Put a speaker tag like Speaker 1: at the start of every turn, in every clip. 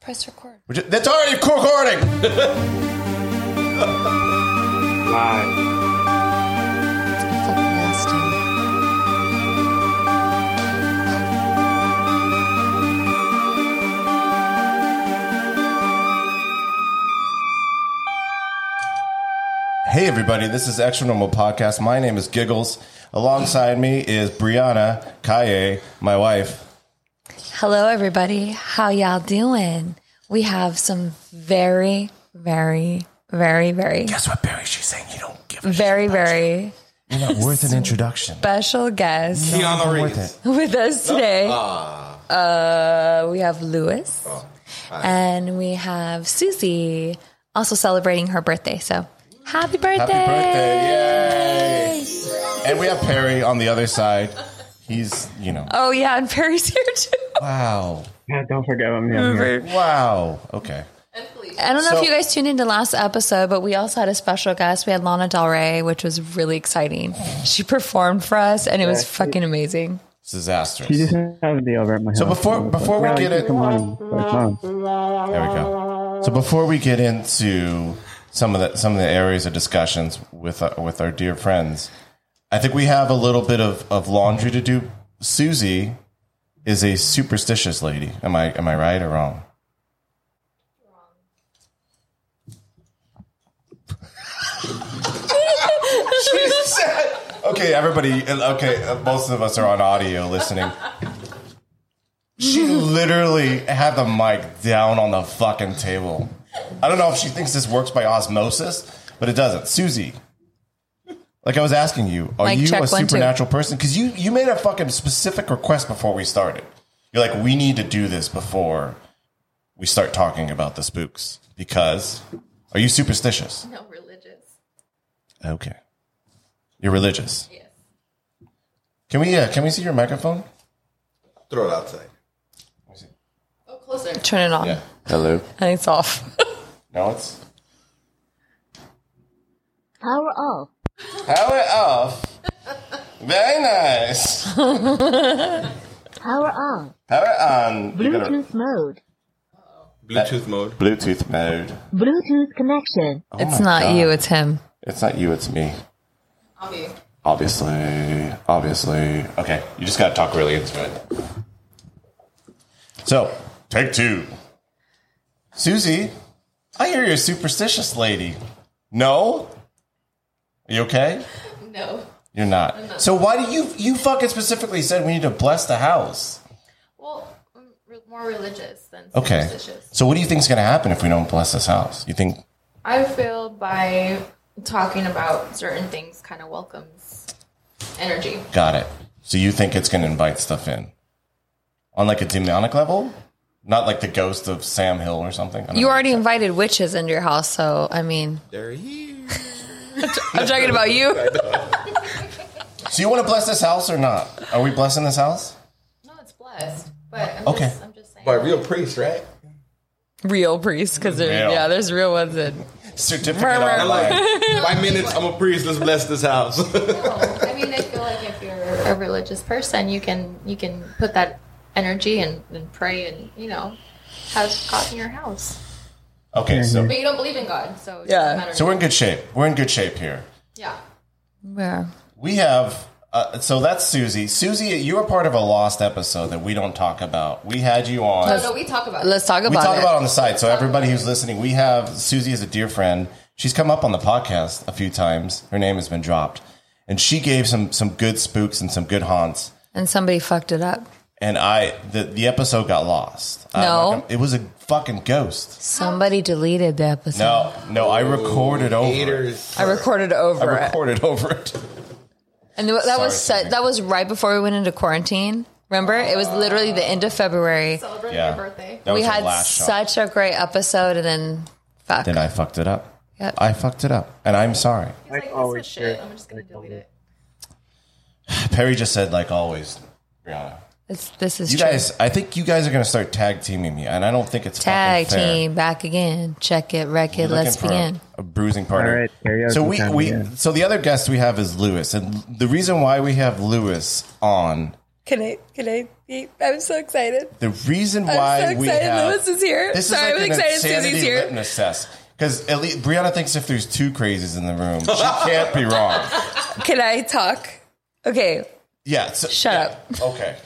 Speaker 1: Press record.
Speaker 2: Which- That's already recording.
Speaker 3: Live.
Speaker 1: Fucking nasty.
Speaker 2: Hey, everybody. This is Extra Normal Podcast. My name is Giggles. Alongside me is Brianna Kaye, my wife.
Speaker 1: Hello, everybody. How y'all doing? We have some very, very, very, very,
Speaker 2: Guess what, Barry? She's saying you don't give a
Speaker 1: very, very
Speaker 2: You're not worth an introduction.
Speaker 1: special guest
Speaker 2: Not
Speaker 3: Keanu
Speaker 2: worth
Speaker 3: Reeves.
Speaker 2: it.
Speaker 1: with us today.
Speaker 2: Ah.
Speaker 1: Uh, we have Lewis,
Speaker 2: Oh,
Speaker 1: and we have Susie, also celebrating her birthday. So, happy birthday!
Speaker 2: Happy birthday. Yay. And we have Perry on the other side. He's, you know.
Speaker 1: Oh yeah, and Perry's here too.
Speaker 2: Wow.
Speaker 3: Yeah, don't forget I'm here.
Speaker 2: Wow. Okay.
Speaker 1: I don't know
Speaker 2: So-
Speaker 1: if you guys tuned into last episode, but we also had a special guest. We had Lana Del Rey, which was really exciting. She performed for us, and it was fucking amazing.
Speaker 2: It's disastrous.
Speaker 3: You
Speaker 2: There
Speaker 3: just have a deal over at my
Speaker 2: So
Speaker 3: house.
Speaker 2: before- before we
Speaker 3: Well,
Speaker 2: get
Speaker 3: you
Speaker 2: it-
Speaker 3: Come on. Come on.
Speaker 2: we go. So before we get into some of the some of the areas of discussions with our, with our dear friends, I think we have a little bit of, of laundry to do. Susie is a superstitious lady. Am I am I right or wrong? Okay, everybody. Okay, uh, most of us are on audio listening. She literally had the mic down on the fucking table. I don't know if she thinks this works by osmosis, but it doesn't. Susie, like I was asking you, are
Speaker 1: Mic
Speaker 2: you
Speaker 1: check,
Speaker 2: a
Speaker 1: one, two.
Speaker 2: supernatural person? Because you you made a fucking specific request before we started. You're like, we need to do this before we start talking about the spooks. Because are you superstitious?
Speaker 4: No, religious.
Speaker 2: Okay. You're religious. Yes. Can we? Uh, can we see your microphone?
Speaker 5: Throw it outside.
Speaker 4: Oh, closer.
Speaker 1: Turn it on.
Speaker 2: Yeah.
Speaker 5: Hello.
Speaker 1: And it's off.
Speaker 2: No, it's
Speaker 6: Power off.
Speaker 2: power off. Very nice.
Speaker 6: Power on.
Speaker 2: Power on. You gotta-
Speaker 6: Bluetooth mode.
Speaker 5: Bluetooth mode.
Speaker 2: Bluetooth mode.
Speaker 6: Bluetooth connection.
Speaker 2: Oh
Speaker 1: it's
Speaker 2: my
Speaker 1: not
Speaker 2: God.
Speaker 1: you, it's him.
Speaker 2: It's not you. It's me.
Speaker 4: I'll be.
Speaker 2: Obviously. Obviously. Okay. You just gotta talk really into it. So, take two. Susie, I hear you're a superstitious lady. No. Are you okay?
Speaker 4: No.
Speaker 2: You're not. So why do you you fucking specifically said we need to bless the house?
Speaker 4: Well, I'm re- more religious than
Speaker 2: Okay.
Speaker 4: superstitious.
Speaker 2: So what do you think's gonna happen if we don't bless this house? You think
Speaker 4: I feel by talking about certain things kind of welcomes energy.
Speaker 2: got it. So you think it's gonna invite stuff in. On like a demonic level? Not like the ghost of Sam Hill or something. I don't
Speaker 1: You
Speaker 2: know.
Speaker 1: already invited witches into your house, so I mean,
Speaker 5: They're here.
Speaker 1: I'm talking about you.
Speaker 2: So you wanna bless this house or not? Are we blessing this house?
Speaker 4: No, it's blessed, but I'm
Speaker 2: Okay.
Speaker 4: just, I'm just saying.
Speaker 5: By real priest, right?
Speaker 1: Real priests, because
Speaker 2: Real.
Speaker 1: yeah, there's real ones in.
Speaker 2: Certificate
Speaker 1: Right, right,
Speaker 2: online.
Speaker 5: Five minutes. I'm a priest. Let's bless this house.
Speaker 4: No, I mean, I feel like if you're a religious person, you can you can put that energy and, and pray and you know have God in your house.
Speaker 2: Okay, so
Speaker 4: But you don't believe in God, so it
Speaker 1: Yeah.
Speaker 4: doesn't matter.
Speaker 2: so we're in good shape. We're in good shape here.
Speaker 4: yeah.
Speaker 1: Yeah.
Speaker 2: We have. Uh, so that's Susie. Susie, you were part of a lost episode that we don't talk about. We had you on.
Speaker 4: No, no, we talk about
Speaker 1: Let's talk about
Speaker 2: we talk
Speaker 1: it.
Speaker 2: about it on the side. So everybody who's listening, we have Susie is a dear friend. She's come up on the podcast a few times. Her name has been dropped, and she gave some some good spooks and some good haunts.
Speaker 1: and somebody fucked it up.
Speaker 2: And I the the episode got lost. I'm
Speaker 1: No.
Speaker 2: not gonna- it was a fucking ghost.
Speaker 1: Somebody deleted the episode.
Speaker 2: No, no, I recorded over. It.
Speaker 5: Haters.
Speaker 1: I recorded
Speaker 2: I
Speaker 1: over it.
Speaker 2: recorded over it.
Speaker 1: And th- that was set,
Speaker 2: Sorry, Sydney.
Speaker 1: that was right before we went into quarantine. Remember, it was literally the end of February.
Speaker 4: celebrate
Speaker 2: Yeah,
Speaker 4: your birthday.
Speaker 2: That
Speaker 1: we
Speaker 2: was the
Speaker 1: had
Speaker 2: last shot.
Speaker 1: such a great episode, and then fuck.
Speaker 2: Then I fucked it up.
Speaker 1: Yep.
Speaker 2: I fucked it up, and I'm sorry.
Speaker 4: He's like, this
Speaker 3: always
Speaker 4: was shit.
Speaker 3: did.
Speaker 4: I'm just gonna delete it.
Speaker 2: Perry just said, like always, Brianna.
Speaker 1: It's- this is
Speaker 2: You
Speaker 1: true.
Speaker 2: guys, I think you guys are going to start tag teaming me, and I don't think it's
Speaker 1: Tag
Speaker 2: fucking fair.
Speaker 1: team back again. Check it, wreck it.
Speaker 2: You're
Speaker 1: Let's
Speaker 2: looking for a-
Speaker 1: begin.
Speaker 2: A, bruising partner.
Speaker 3: All right, karaoke
Speaker 2: so we,
Speaker 3: time
Speaker 2: we
Speaker 3: again.
Speaker 2: so the other guest we have is Lewis, and the reason why we have Lewis on
Speaker 1: Can I? Can I? be- I'm so excited.
Speaker 2: The reason
Speaker 1: I'm
Speaker 2: why
Speaker 1: so
Speaker 2: we
Speaker 1: excited
Speaker 2: have
Speaker 1: Lewis is here.
Speaker 2: This
Speaker 1: Sorry,
Speaker 2: is like
Speaker 1: I'm
Speaker 2: an
Speaker 1: excited
Speaker 2: insanity
Speaker 1: Susie's here.
Speaker 2: litmus test. Because at least Brianna thinks if there's two crazies in the room, she can't be wrong.
Speaker 1: Can I talk? Okay.
Speaker 2: Yeah. So,
Speaker 1: Shut
Speaker 2: yeah.
Speaker 1: up.
Speaker 2: Okay.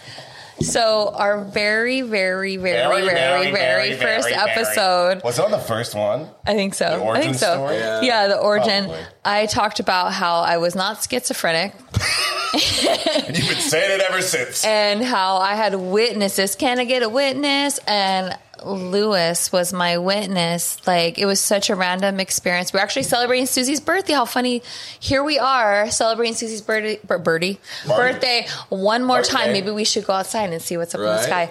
Speaker 1: So our very, very, very, very, very, first
Speaker 2: very, very-
Speaker 1: episode.
Speaker 2: Was it on the first one?
Speaker 1: I think so. I
Speaker 2: origin
Speaker 1: think so.
Speaker 2: story?
Speaker 1: Yeah.
Speaker 2: Yeah.
Speaker 1: the origin.
Speaker 2: Probably.
Speaker 1: I talked about how I was not schizophrenic
Speaker 2: And you've been saying it ever since.
Speaker 1: and how I had witnesses. Can I get a witness? And Lewis was my witness. Like it was such a random experience. We're actually celebrating Susie's birthday. How funny! Here we are celebrating Susie's birdie, bir- birdie birthday one more time. Maybe we should go outside and see what's up in the sky.
Speaker 5: Right.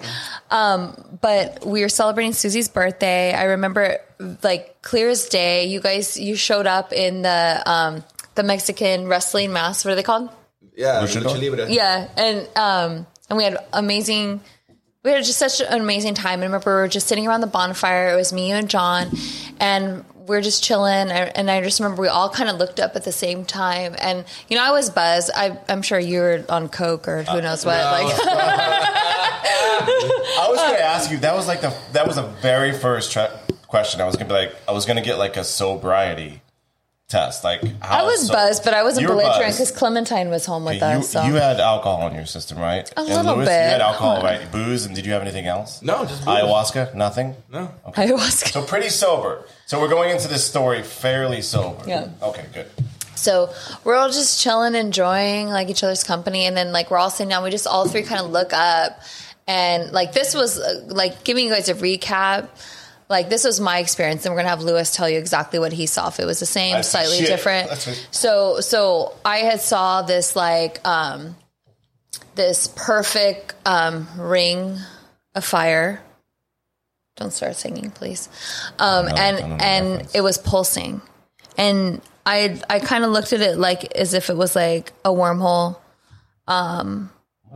Speaker 1: Um, but we were celebrating Susie's birthday. I remember like clear as day. You guys, you showed up in the um, the Mexican wrestling mask. What are they called?
Speaker 5: Yeah,
Speaker 2: Luchador?
Speaker 5: Lucha Libre.
Speaker 1: Yeah, and um, and we had amazing. We had just such an amazing time. I remember we were just sitting around the bonfire. It was me, you, and John, and we are just chilling. And and I just remember we all kind of looked up at the same time. And you know, I was buzzed. I, I'm sure you were on coke or
Speaker 2: Uh,
Speaker 1: who knows what. Like,
Speaker 2: I was
Speaker 1: uh,
Speaker 2: going to ask you. That was like the that was the very first tra- question. I was going to be like, I was going to get like a sobriety test. Like
Speaker 1: I
Speaker 2: how
Speaker 1: was
Speaker 2: so-
Speaker 1: buzzed, but I wasn't
Speaker 2: You were
Speaker 1: belligerent
Speaker 2: buzzed.
Speaker 1: because Clementine was home with
Speaker 2: You,
Speaker 1: us. So.
Speaker 2: you had alcohol in your system, right? A
Speaker 1: little
Speaker 2: Lewis,
Speaker 1: bit.
Speaker 2: You had alcohol,
Speaker 1: Come on.
Speaker 2: right? Booze, and did you have anything else?
Speaker 5: No, just booze.
Speaker 2: Ayahuasca, nothing.
Speaker 5: No.
Speaker 1: ayahuasca.
Speaker 2: So pretty sober. So we're going into this story fairly sober.
Speaker 1: Yeah.
Speaker 2: Okay, good.
Speaker 1: So we're all just chilling, enjoying like each other's company, and then like we're all sitting down. We just all three kind of look up, and like this was uh, like giving you guys a recap. Like this was my experience, and we're gonna have Lewis tell you exactly what he saw. If it was the same,
Speaker 2: That's
Speaker 1: slightly
Speaker 2: shit.
Speaker 1: different.
Speaker 2: That's it.
Speaker 1: So so I had saw this like um this perfect um ring of fire. Don't start singing, please. Um,
Speaker 2: I don't know
Speaker 1: and
Speaker 2: the
Speaker 1: and
Speaker 2: reference.
Speaker 1: it was pulsing and I I kind of looked at it like as if it was like a wormhole
Speaker 2: I'm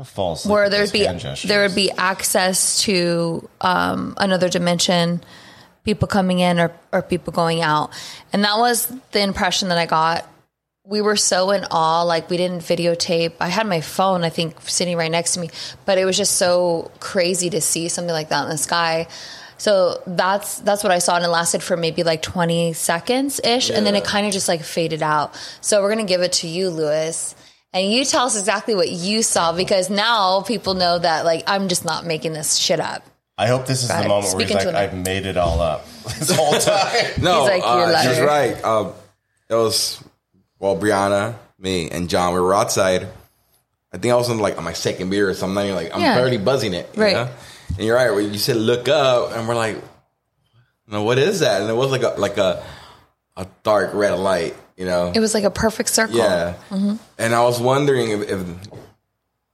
Speaker 2: false.
Speaker 1: where there'd be there would be access to um, another dimension, people coming in or or people going out, and that was the impression that I got. We were so in awe, like we didn't videotape. I had my phone, I think, sitting right next to me, but it was just so crazy to see something like that in the sky. So that's that's what I saw, and it lasted for maybe like twenty seconds ish, and then it kind of just like faded out. So we're gonna give it to you, Lewis, and you tell us exactly what you saw because now people know that like I'm just not making this shit up.
Speaker 2: I hope this is
Speaker 1: Right.
Speaker 2: the moment where
Speaker 1: Speaking
Speaker 2: he's like,
Speaker 1: to him.
Speaker 2: I've made it all up this whole time.
Speaker 5: No,
Speaker 1: He's like, "You're
Speaker 5: uh, she's
Speaker 1: liar."
Speaker 5: right. Um, it was well, Brianna, me, and John. We were outside. I think I was on like on my second beer or something. Not even, like I'm
Speaker 1: Yeah.
Speaker 5: barely buzzing it, you
Speaker 1: Right.
Speaker 5: know? And you're right. when You said look up, and we're like, no, what is that? And it was like a like a a dark red light, you know.
Speaker 1: It was like a perfect circle.
Speaker 5: Yeah. And I was wondering if, if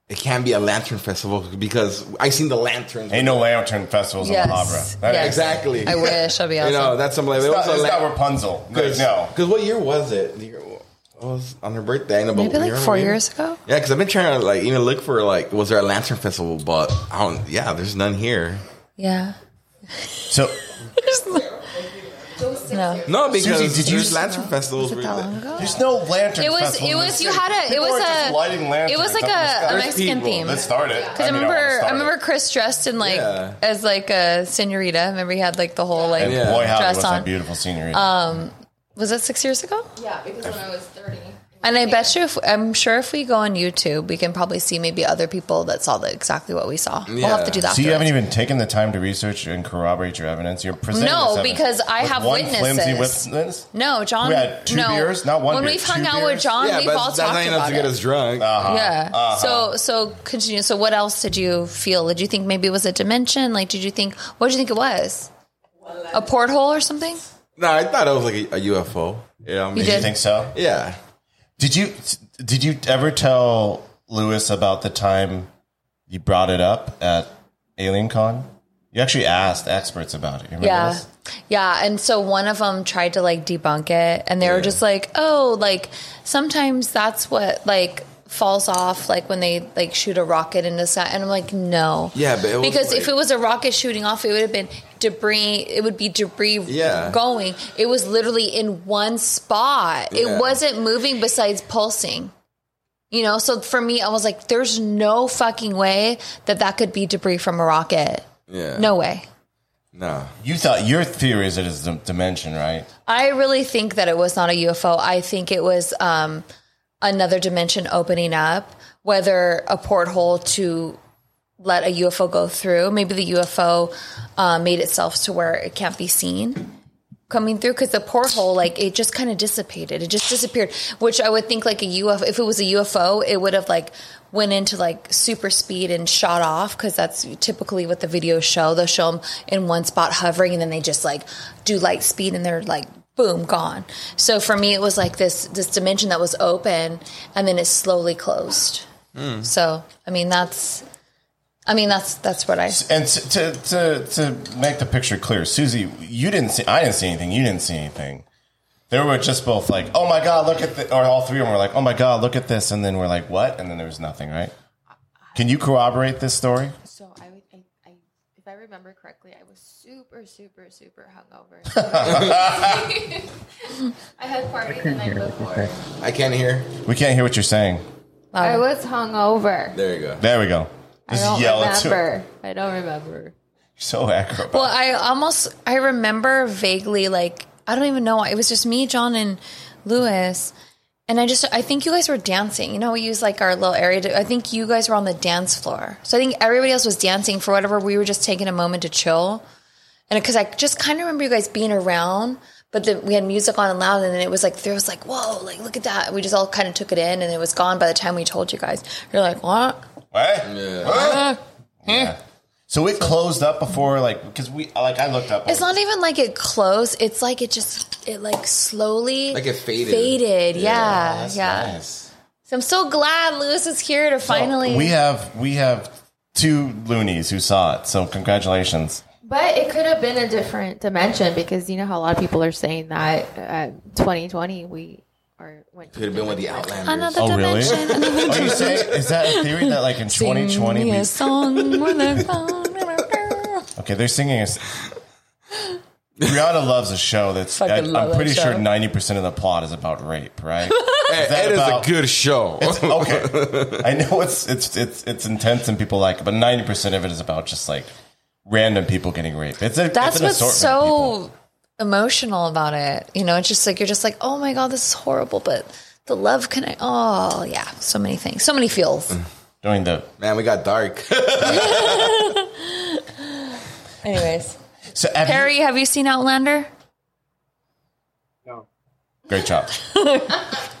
Speaker 5: it can be a lantern festival because I seen the lanterns.
Speaker 2: Ain't no lantern festivals
Speaker 1: Yes.
Speaker 2: in La Habra. That-
Speaker 1: Yes.
Speaker 5: exactly.
Speaker 1: I wish that'd be
Speaker 5: You
Speaker 1: awesome.
Speaker 5: know, that's something like
Speaker 2: It's,
Speaker 5: it was
Speaker 2: not,
Speaker 5: a
Speaker 2: it's
Speaker 5: lan-
Speaker 2: not Rapunzel. No,
Speaker 5: Cause,
Speaker 2: no.
Speaker 5: Because what year was it? The year- it was on her birthday. I know, but
Speaker 1: Maybe like
Speaker 5: you know
Speaker 1: four
Speaker 5: what I mean?
Speaker 1: years ago?
Speaker 5: Yeah, because I've been trying to like even look for like was there a lantern festival, but I don't. Yeah, there's none here.
Speaker 1: Yeah.
Speaker 2: So
Speaker 1: No.
Speaker 5: No, because
Speaker 2: Susie, did you-
Speaker 5: there's lantern
Speaker 1: Is
Speaker 5: festivals.
Speaker 1: it
Speaker 5: where-
Speaker 1: that long ago?
Speaker 2: there's no lantern.
Speaker 1: It was
Speaker 2: festival
Speaker 1: it
Speaker 2: in
Speaker 1: was
Speaker 2: this
Speaker 1: you
Speaker 2: city.
Speaker 1: had a it
Speaker 2: People
Speaker 1: was
Speaker 2: are just
Speaker 1: a
Speaker 2: lighting
Speaker 1: it
Speaker 2: lanterns
Speaker 1: was like
Speaker 2: up in the sky.
Speaker 1: a, a
Speaker 5: There's
Speaker 1: Mexican
Speaker 5: people.
Speaker 1: theme.
Speaker 2: Let's start it.
Speaker 1: Because I,
Speaker 2: mean,
Speaker 1: remember,
Speaker 2: wanna
Speaker 1: I,
Speaker 2: start it.
Speaker 1: remember Chris dressed in like
Speaker 5: Yeah.
Speaker 1: as like a senorita. Remember he had like the whole like
Speaker 2: And boy, how
Speaker 1: dress
Speaker 2: was
Speaker 1: on. Uh,
Speaker 2: that beautiful scenery.
Speaker 1: Was that six years ago?
Speaker 4: Yeah, because when I was 30.
Speaker 1: And I bet you, if, I'm sure if we go on YouTube, we can probably see maybe other people that saw the, exactly what we saw. We'll have to
Speaker 5: Yeah.
Speaker 1: do that.
Speaker 2: so you haven't even taken the time to research and corroborate your evidence. You're presenting
Speaker 1: No,
Speaker 2: this evidence.
Speaker 1: because I
Speaker 2: With
Speaker 1: have
Speaker 2: one
Speaker 1: witnesses.
Speaker 2: flimsy witness.
Speaker 1: No, John.
Speaker 2: We had two
Speaker 1: no.
Speaker 2: beers, not one
Speaker 1: When
Speaker 2: beer,
Speaker 1: we've hung
Speaker 2: two
Speaker 1: out with
Speaker 2: beers.
Speaker 1: John,
Speaker 5: Yeah,
Speaker 1: we've all
Speaker 5: but
Speaker 1: talked
Speaker 5: that's not enough
Speaker 1: about
Speaker 5: to get
Speaker 1: it.
Speaker 5: us drunk.
Speaker 1: yeah. So so continue. So what else did you feel? Did you think maybe it was a dimension? Like, did you think what did you think it was? A porthole or something?
Speaker 5: No, I thought it was like a, a UFO. Yeah, I mean,
Speaker 1: did.
Speaker 2: You think so?
Speaker 5: Yeah.
Speaker 2: Did you did you ever tell Lewis about the time you brought it up at Alien Con? You actually asked experts about it. You remember
Speaker 1: Yeah.
Speaker 2: this?
Speaker 1: Yeah. And so one of them tried to like debunk it and they were just like, oh, like sometimes that's what like falls off like when they like shoot a rocket into the sky. And I'm like, no.
Speaker 5: Yeah, but it was
Speaker 1: because if
Speaker 5: like-
Speaker 1: it was a rocket shooting off, it would have been debris. It would be debris
Speaker 5: Yeah.
Speaker 1: going. It was literally in one spot.
Speaker 5: Yeah.
Speaker 1: It wasn't moving besides pulsing. You know, so for me, I was like, there's no fucking way that that could be debris from a rocket.
Speaker 5: Yeah.
Speaker 1: No way.
Speaker 5: No.
Speaker 2: You thought your theory is it is the dimension, right?
Speaker 1: I really think that it was not a UFO. I think it was um, another dimension opening up, whether a porthole to let a UFO go through. Maybe the UFO uh, made itself to where it can't be seen coming through because the porthole, like, it just kind of dissipated. It just disappeared, which I would think, like, a UFO, if it was a UFO, it would have, like, went into like super speed and shot off because that's typically what the videos show they'll show them in one spot hovering and then they just like do light speed and they're like boom gone so for me it was like this this dimension that was open and then it slowly closed so i mean that's i mean that's that's what i
Speaker 2: And to, to to to make the picture clear, Susie, you didn't see. I didn't see anything. You didn't see anything. They were just both like, "Oh my god, look at," the, or all three of them were like, "Oh my god, look at this," and then we're like, "What?" And then there was nothing, right? Can you corroborate this story?
Speaker 4: So I, would- I, I, if I remember correctly, I was super, super, super hungover. I had parties the night before.
Speaker 5: I can't hear.
Speaker 2: We can't hear what you're saying.
Speaker 4: I was hungover.
Speaker 5: There you go.
Speaker 2: There we go.
Speaker 4: I don't
Speaker 2: it. You're
Speaker 4: remember. I don't remember.
Speaker 2: so accurate.
Speaker 1: Well, I almost I remember vaguely like I don't even know. It was just me, John, and Lewis, and I just I think you guys were dancing. You know, we use like our little area. To, I think you guys were on the dance floor, so I think everybody else was dancing for whatever. We were just taking a moment to chill, and because I just kind of remember you guys being around. But then we had music on and loud, and then it was like there was like whoa, like look at that. We just all kind of took it in, and it was gone by the time we told you guys. You're like what?
Speaker 2: What?
Speaker 5: Yeah.
Speaker 1: Uh,
Speaker 2: What?
Speaker 1: eh.
Speaker 2: Yeah. So it closed up before, like, because we, like, I looked up.
Speaker 1: It's not even like it closed. It's like it just it like slowly
Speaker 5: Like it faded.
Speaker 1: Faded. Yeah. Yeah.
Speaker 2: That's nice.
Speaker 1: So I'm so glad Lewis is here to finally.
Speaker 2: we have we have two loonies who saw it. So congratulations.
Speaker 4: But it could have been a different dimension because you know how a lot of people are saying that uh, 2020 we are went to
Speaker 5: Could have been with the Outlanders.
Speaker 1: another
Speaker 2: Oh, really?
Speaker 1: dimension. Really?
Speaker 2: Are you saying is that a theory that like in 2020?
Speaker 1: a
Speaker 2: these-
Speaker 1: song with a phone.
Speaker 2: Okay, they're singing. A, s- Rihanna loves a show that's.
Speaker 1: Fucking
Speaker 2: I,
Speaker 1: love
Speaker 2: am
Speaker 1: that
Speaker 2: pretty
Speaker 1: show.
Speaker 2: sure 90 percent of the plot is about rape, right?
Speaker 5: Hey,
Speaker 2: that
Speaker 5: it is
Speaker 2: about-
Speaker 5: a good show.
Speaker 2: okay, I know it's it's it's it's intense and people like it, but 90 percent of it is about just like random people getting raped. It's a
Speaker 1: That's
Speaker 2: it's an
Speaker 1: what's
Speaker 2: assortment of people.
Speaker 1: so emotional about it. You know, it's just like you're just like, oh my god, this is horrible, but the love can I? Oh yeah, so many things, so many feels.
Speaker 2: Mm. during the
Speaker 5: Man, we got dark.
Speaker 1: Anyways,
Speaker 2: so have you-
Speaker 1: Harry, have you seen Outlander?
Speaker 3: No.
Speaker 2: great job.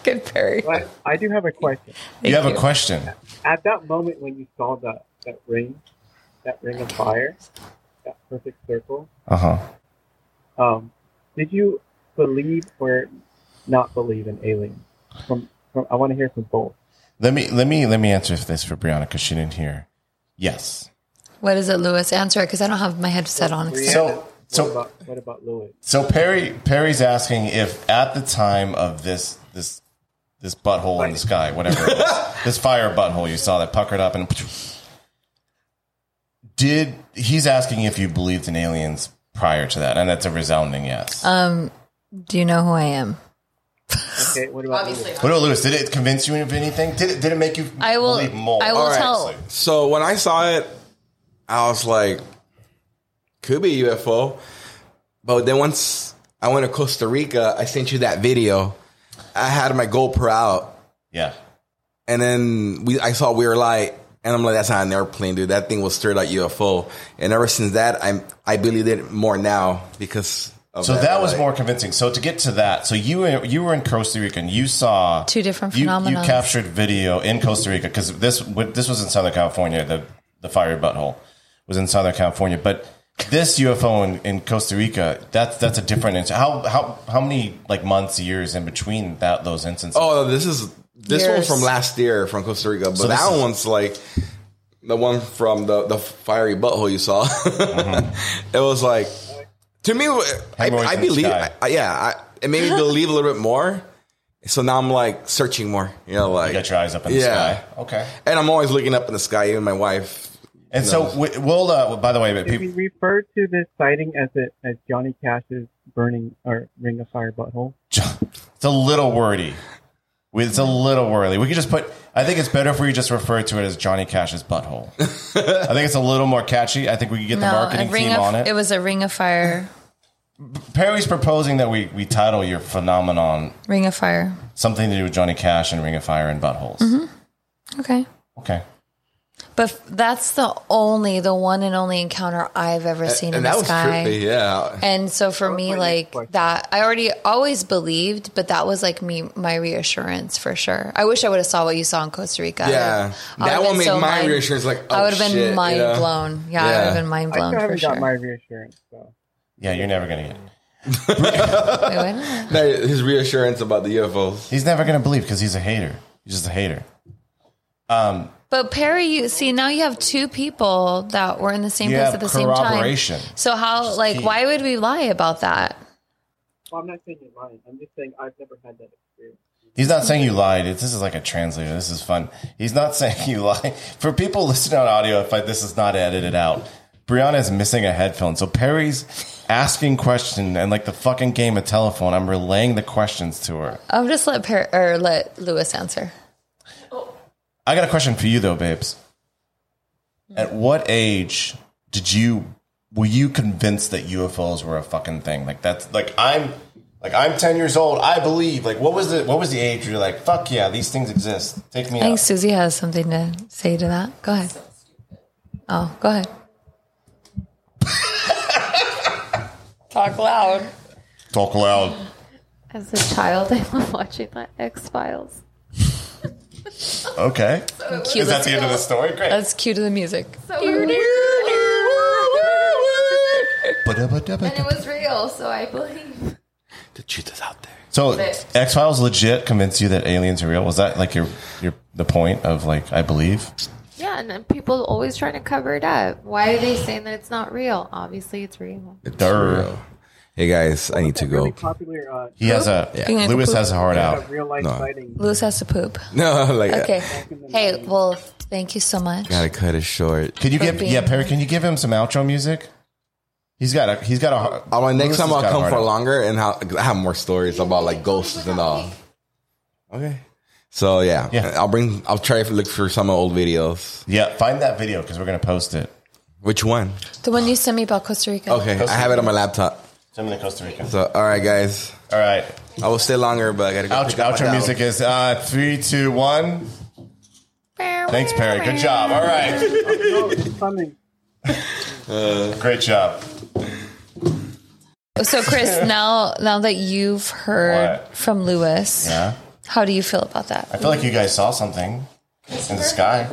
Speaker 1: Good Perry.
Speaker 3: But I do have a question.
Speaker 2: you have a question.
Speaker 3: At that moment when you saw that, that ring, that ring of fire, that perfect circle,
Speaker 2: Uh huh.
Speaker 3: um, did you believe or not believe in aliens? From, from I want to hear from both.
Speaker 2: Let me let me let me answer this for Brianna because she didn't hear. Yes.
Speaker 1: What is it, Lewis? Answer it because I don't have my headset on.
Speaker 2: So
Speaker 3: what
Speaker 2: so
Speaker 3: about what about Lewis?
Speaker 2: so Perry Perry's asking if at the time of this this this butthole in the sky, whatever it was, this fire butthole you saw that puckered up and did he's asking if you believed in aliens prior to that, and that's a resounding yes.
Speaker 1: Uh, Do you know who I am?
Speaker 3: Okay, what about Obviously. Lewis?
Speaker 2: what about Lewis? Did it convince you of anything? Did it did it make you
Speaker 1: I will.
Speaker 2: believe more?
Speaker 1: I will
Speaker 5: All right.
Speaker 1: tell.
Speaker 5: So when I saw it, I was like, could be UFO. But then once I went to Costa Rica, I sent you that video. I had my GoPro out,
Speaker 2: Yeah.
Speaker 5: and then we I saw Weird Light, and I'm like, that's not an airplane, dude. That thing was straight like UFO. And ever since that, I'm I believe it more now because. Of
Speaker 2: So that, was
Speaker 5: like-
Speaker 2: more convincing. So to get to that, so you were- you were in Costa Rica and you saw
Speaker 1: Two different
Speaker 2: you, You
Speaker 1: phenomenons.
Speaker 2: captured video in Costa Rica because this w- this was in Southern California. The the fiery butthole was in Southern California, but this UFO in, in Costa Rica that's that's a different. inc- How how how many like months years in between that those instances?
Speaker 5: Oh, this is this
Speaker 1: Years.
Speaker 5: one's from last year from Costa Rica, but
Speaker 2: So this
Speaker 5: that
Speaker 2: is-
Speaker 5: one's like the one from the the fiery butthole you saw.
Speaker 2: Uh-huh.
Speaker 5: it was like to me, I,
Speaker 2: Hemorrhoids
Speaker 5: I
Speaker 2: in the
Speaker 5: believe,
Speaker 2: sky.
Speaker 5: I, I- yeah, I, it made me believe a little bit more. So now I'm like searching more, you know, like
Speaker 2: you got your eyes up in the
Speaker 5: yeah.
Speaker 2: sky. Okay,
Speaker 5: and I'm always looking up in the sky. Even my wife,
Speaker 2: and so we, we'll. Uh, by the way, but
Speaker 3: Did we
Speaker 2: people,
Speaker 3: refer to this sighting as it as Johnny Cash's burning or ring of fire butthole?
Speaker 2: it's a little wordy. It's a little whirly. We could just put. I think it's better if we just refer to it as Johnny Cash's butthole. I think it's a little more catchy. I think we could get the marketing
Speaker 1: a ring
Speaker 2: team
Speaker 1: of,
Speaker 2: on it.
Speaker 1: was a ring of fire.
Speaker 2: Perry's proposing that we, we title your phenomenon
Speaker 1: Ring of fire.
Speaker 2: something to do with Johnny Cash and Ring of Fire and buttholes.
Speaker 1: Mm-hmm. Okay.
Speaker 2: Okay.
Speaker 1: But f- that's the only, the one and only encounter I've ever seen in
Speaker 5: and
Speaker 1: the
Speaker 5: that was
Speaker 1: sky.
Speaker 5: trippy. Yeah.
Speaker 1: And so for me, like that, I already always believed, but that was like me, my reassurance for sure. I wish I would have saw what you saw in Costa Rica.
Speaker 5: Yeah.
Speaker 1: I
Speaker 5: That
Speaker 1: would've
Speaker 5: one
Speaker 1: been
Speaker 5: made my
Speaker 1: mind-
Speaker 5: reassurance like,
Speaker 1: I
Speaker 5: oh,
Speaker 1: would have been
Speaker 5: shit, you
Speaker 1: mind
Speaker 5: know?
Speaker 1: blown. Yeah, I would
Speaker 5: Yeah.
Speaker 1: have been mind
Speaker 3: I
Speaker 1: blown
Speaker 3: still
Speaker 1: for
Speaker 3: haven't got my
Speaker 1: sure.
Speaker 3: reassurance, so
Speaker 2: Yeah, you're never gonna get. It.
Speaker 1: Wait, what?
Speaker 5: No, his reassurance about the UFOs.
Speaker 2: He's never gonna believe because he's a hater. He's just a hater. Um,
Speaker 1: But Perry, you see now you have two people that were in the same
Speaker 2: You
Speaker 1: place
Speaker 2: have
Speaker 1: at the same time.
Speaker 2: corroboration.
Speaker 1: So how, like,
Speaker 2: key.
Speaker 1: why would we lie about that?
Speaker 3: well, I'm not saying you're lying. I'm just saying I've never had that experience.
Speaker 2: He's not saying you lied. It's, this is like a translator. This is fun. He's not saying you lied. For people listening on audio, if I, this is not edited out, Brianna is missing a headphone. So Perry's asking question and like the fucking game of telephone. I'm relaying the questions to her.
Speaker 1: I'll just let Perry or let Lewis answer.
Speaker 2: I got a question for you though, babes. At what age did you were you convinced that UFOs were a fucking thing? Like that's like I'm like I'm ten years old. I believe. Like what was the what was the age where you're like fuck yeah these things exist? Take me.
Speaker 1: I think
Speaker 2: Up.
Speaker 1: Susie has something to say to that. Go ahead. Oh, go ahead. Talk loud.
Speaker 2: Talk loud.
Speaker 4: As a child, I love watching that X Files.
Speaker 2: Okay.
Speaker 1: Cue
Speaker 2: Is that
Speaker 1: let's,
Speaker 2: the end of the story? Great.
Speaker 1: let's cue to the music.
Speaker 4: And it was real, so I believe.
Speaker 5: The truth is out there.
Speaker 2: So X Files legit convinced you that aliens are real? Was that like your your the point of like I believe?
Speaker 4: Yeah, and then people always trying to cover it up. Why are they saying that it's not real? Obviously, it's real.
Speaker 5: It's
Speaker 2: Durr.
Speaker 5: real. Hey guys, I need to
Speaker 3: Really
Speaker 5: go.
Speaker 3: popular. Uh,
Speaker 2: He has a
Speaker 1: Yeah.
Speaker 2: Lewis has a heart out.
Speaker 3: a real life
Speaker 5: No.
Speaker 3: sighting.
Speaker 1: Lewis has to poop.
Speaker 5: No, like
Speaker 1: Okay.
Speaker 5: I
Speaker 1: Hey, well, thank you so much.
Speaker 5: gotta cut it short.
Speaker 2: Can you
Speaker 1: for
Speaker 2: give
Speaker 1: being
Speaker 2: yeah, Perry?
Speaker 1: here.
Speaker 2: Can you give him some outro music? He's got a he's got a. har-
Speaker 5: All right, Uh, next
Speaker 2: Lewis
Speaker 5: time
Speaker 2: has
Speaker 5: I'll
Speaker 2: got a
Speaker 5: come
Speaker 2: hard
Speaker 5: for
Speaker 2: on.
Speaker 5: longer and I'll- I have more stories about like ghosts and all. Okay. So yeah,
Speaker 2: Yeah.
Speaker 5: I'll bring. I'll try to look for some old videos.
Speaker 2: Yeah, find that video because we're gonna post it.
Speaker 5: Which one?
Speaker 1: The one you sent me about Costa Rica.
Speaker 5: Okay, I have it on my laptop.
Speaker 2: Send me to Costa Rica.
Speaker 5: So all right, guys,
Speaker 2: All right,
Speaker 5: I will stay longer, but I gotta go.
Speaker 2: outro,
Speaker 5: pick up my
Speaker 2: outro
Speaker 5: dog.
Speaker 2: music is uh, three, two, one. Thanks, Perry. Good job. All right,
Speaker 3: No, Oh, it's coming.
Speaker 2: great job.
Speaker 1: So, Chris, now now that you've heard
Speaker 2: What?
Speaker 1: from Lewis,
Speaker 2: Yeah,
Speaker 1: how do you feel about that?
Speaker 2: I feel like you guys saw something in the sky.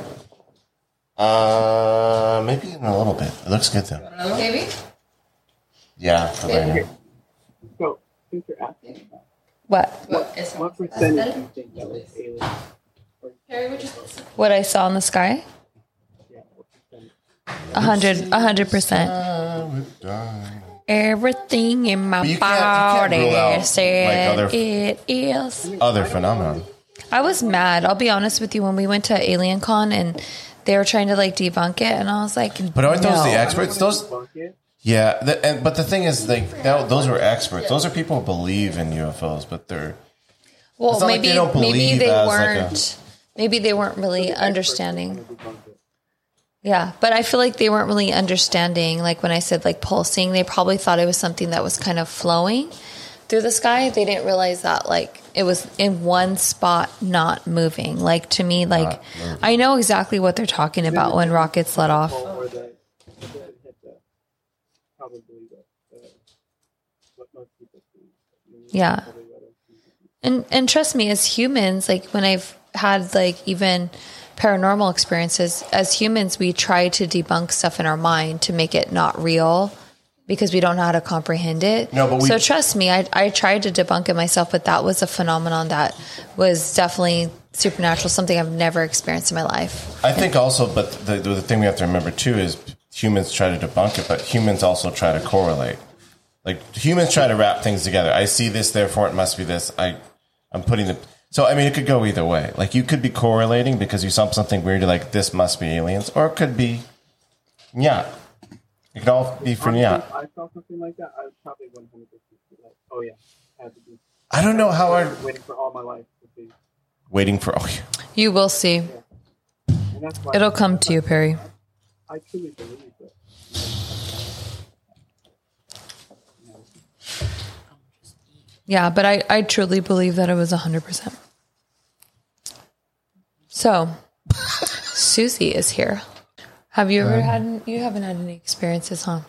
Speaker 2: Uh, maybe in a little bit. It looks good though.
Speaker 4: Maybe?
Speaker 2: Yeah, for right now.
Speaker 3: So since you're asking, about
Speaker 1: What?
Speaker 3: it, what percentage do you think that was aliens?
Speaker 1: What I saw in the sky?
Speaker 3: Yeah, what percentage?
Speaker 1: A hundred, a hundred percent. Everything in my
Speaker 2: But you can't- you can't
Speaker 1: body
Speaker 2: rule out, like,
Speaker 1: said
Speaker 2: other-
Speaker 1: it is.
Speaker 2: Other phenomenon.
Speaker 1: I was mad. I'll be honest with you. When we went to Alien Con and they were trying to like debunk it, and I was like,
Speaker 2: But aren't those
Speaker 1: no.
Speaker 2: the experts? Those
Speaker 3: Debunk it.
Speaker 2: Yeah, the, and but the thing is, like that, those are experts. Those are people who believe in UFOs, but they're
Speaker 1: Well,
Speaker 2: It's not like
Speaker 1: maybe
Speaker 2: they don't
Speaker 1: maybe
Speaker 2: believe
Speaker 1: they
Speaker 2: as, like, a-
Speaker 1: weren't. maybe they weren't really understanding.
Speaker 3: Debunk it.
Speaker 1: Yeah, but I feel like they weren't really understanding. Like when I said like pulsing, they probably thought it was something that was kind of flowing through the sky. They didn't realize that like it was in one spot, not moving. Like to me, like I know exactly what they're talking about when rockets let off.
Speaker 3: Or the it doesn't hit the probably the, the what most people see.
Speaker 1: Yeah.
Speaker 3: Probably what it is.
Speaker 1: And and trust me, as humans, like when I've had like even paranormal experiences, as humans we try to debunk stuff in our mind to make it not real because we don't know how to comprehend it.
Speaker 2: No, but we-
Speaker 1: so trust me, I I tried to debunk it myself, but that was a phenomenon that was definitely supernatural, something I've never experienced in my life.
Speaker 2: I think also, but the, the thing we have to remember too is humans try to debunk it, but humans also try to correlate. Like humans try to wrap things together. I see this, therefore it must be this. I, I'm putting the. So I mean, it could go either way. Like you could be correlating because you saw something weird. You're like, this must be aliens, or it could be, yeah. It could all be from yeah.
Speaker 3: Honestly, if I saw something like that, I would probably 100% be like, oh yeah, had to be
Speaker 2: I don't know how I.
Speaker 3: waiting for all my life to see.
Speaker 2: waiting for. Oh, yeah.
Speaker 1: You will see.
Speaker 3: And that's why
Speaker 1: It'll come to you, Perry.
Speaker 3: I truly believe that.
Speaker 1: Yeah, but I, I truly believe that it was 100%. So, Susie is here. Have you ever had, you haven't had any experiences, huh?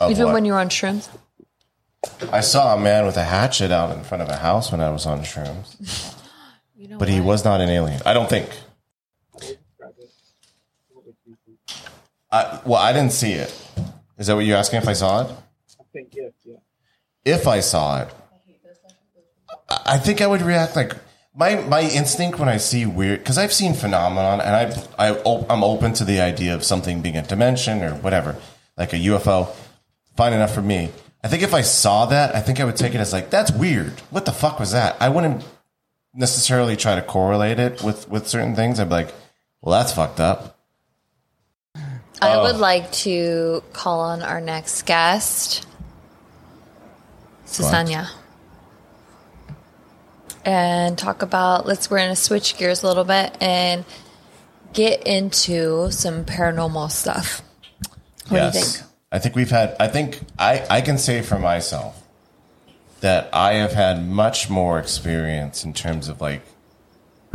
Speaker 2: Uh, Of
Speaker 1: Even
Speaker 2: what?
Speaker 1: when you were on shrooms?
Speaker 2: I saw a man with a hatchet out in front of a house when I was on shrooms,
Speaker 4: You know
Speaker 2: but he was not an alien. I don't think. I, well, I didn't see it. Is that what you're asking? If I saw it,
Speaker 3: I think yes, yeah.
Speaker 2: if I saw it, I I think I would react like my my instinct when I see weird because I've seen phenomenon and I I op- I'm open to the idea of something being a dimension or whatever, like a UFO. Fine enough for me. I think if I saw that, I think I would take it as like that's weird. What the fuck was that? I wouldn't necessarily try to correlate it with with certain things. I'd be like, well, that's fucked up. Oh.
Speaker 1: I would like to call on our next guest, Susanya, and talk about. Let's we're gonna switch gears a little bit and get into some paranormal stuff. What do you think?
Speaker 2: I think we've had. I think I I can say for myself that I have had much more experience in terms of like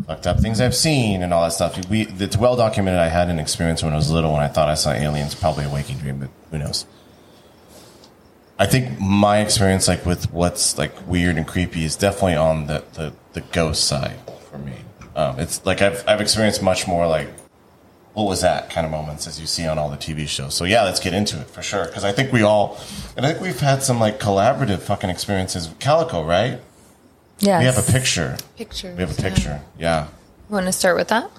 Speaker 2: fucked up things I've seen and all that stuff. We it's well documented. I had an experience when I was little when I thought I saw aliens, probably a waking dream, but who knows. I think my experience, like with what's like weird and creepy, is definitely on the the, the ghost side for me. Um, it's like I've I've experienced much more like what was that kind of moments as you see on all the TV shows. So yeah, let's get into it for sure because I think we all and I think we've had some like collaborative fucking experiences. with Calico, right?
Speaker 1: Yes.
Speaker 2: We have a picture.
Speaker 4: Picture.
Speaker 2: We have a picture. Yeah.
Speaker 1: You want to start with that?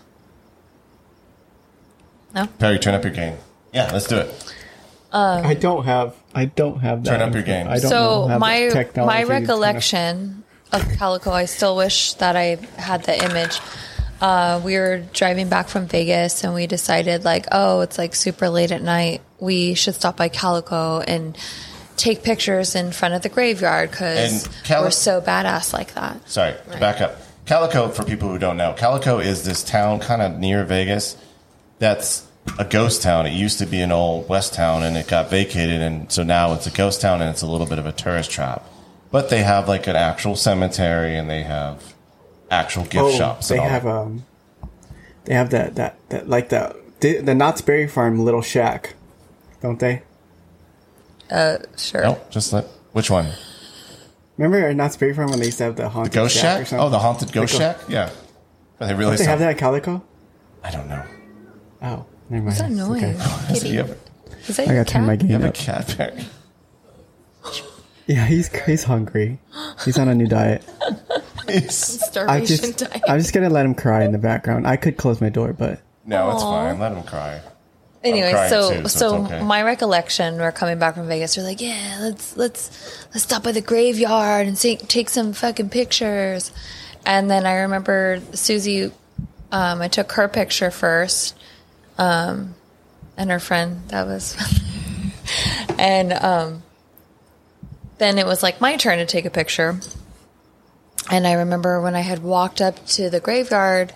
Speaker 2: Perry, turn up your game. Yeah, let's do it.
Speaker 7: I don't have. I don't have that.
Speaker 2: Turn up your game.
Speaker 7: I don't know,
Speaker 1: So
Speaker 7: have the
Speaker 1: my
Speaker 7: technology
Speaker 1: my
Speaker 7: to kind of-
Speaker 1: recollection of Calico, I still wish that I had the image. Uh, we were driving back from Vegas and we decided like, oh, it's like super late at night. We should stop by Calico and take pictures in front of the graveyard because
Speaker 2: And Cali-
Speaker 1: we're so badass like that.
Speaker 2: Sorry, to back up. Calico, for people who don't know, Calico is this town kind of near Vegas that's a ghost town. It used to be an old West town and it got vacated, and so now it's a ghost town and it's a little bit of a tourist trap. But they have like an actual cemetery and they have actual gift
Speaker 7: Oh,
Speaker 2: shops.
Speaker 7: They
Speaker 2: and all
Speaker 7: have
Speaker 2: that.
Speaker 7: um, they have that that that like the the, the Knott's Berry Farm little shack, don't they?
Speaker 1: Uh, Sure.
Speaker 2: No, Oh, just let. Which one?
Speaker 7: Remember at Knott's Berry Farm when they used to have the haunted
Speaker 2: Ghost
Speaker 7: or
Speaker 2: Shack?
Speaker 7: something?
Speaker 2: Oh, the haunted ghost
Speaker 7: Like
Speaker 2: shack? Yeah. But they really
Speaker 7: Don't they have
Speaker 2: sound-
Speaker 7: that at Calico?
Speaker 2: I don't know.
Speaker 7: Oh, never mind. What's
Speaker 1: that noise?
Speaker 2: Is it- you have,
Speaker 1: Is that
Speaker 7: I
Speaker 1: your
Speaker 7: gotta turn my
Speaker 1: cat?
Speaker 2: you
Speaker 7: game
Speaker 2: have a
Speaker 7: up.
Speaker 2: cat, Perry.
Speaker 7: Yeah, he's he's hungry. He's on a new diet.
Speaker 2: It's-
Speaker 7: I
Speaker 4: starvation
Speaker 7: just
Speaker 4: diet.
Speaker 7: I'm just gonna let him cry in the background. I could close my door, but
Speaker 2: no, it's
Speaker 1: Aw.
Speaker 2: fine. Let him cry.
Speaker 1: anyway,
Speaker 2: crying
Speaker 1: so
Speaker 2: too, so
Speaker 1: so,
Speaker 2: it's okay.
Speaker 1: my recollection, we're coming back from Vegas. We're like, yeah, let's let's let's stop by the graveyard and see, take some fucking pictures. And then I remember Susie, um, I took her picture first, um, and her friend that was, and um, then it was like my turn to take a picture. And I remember when I had walked up to the graveyard,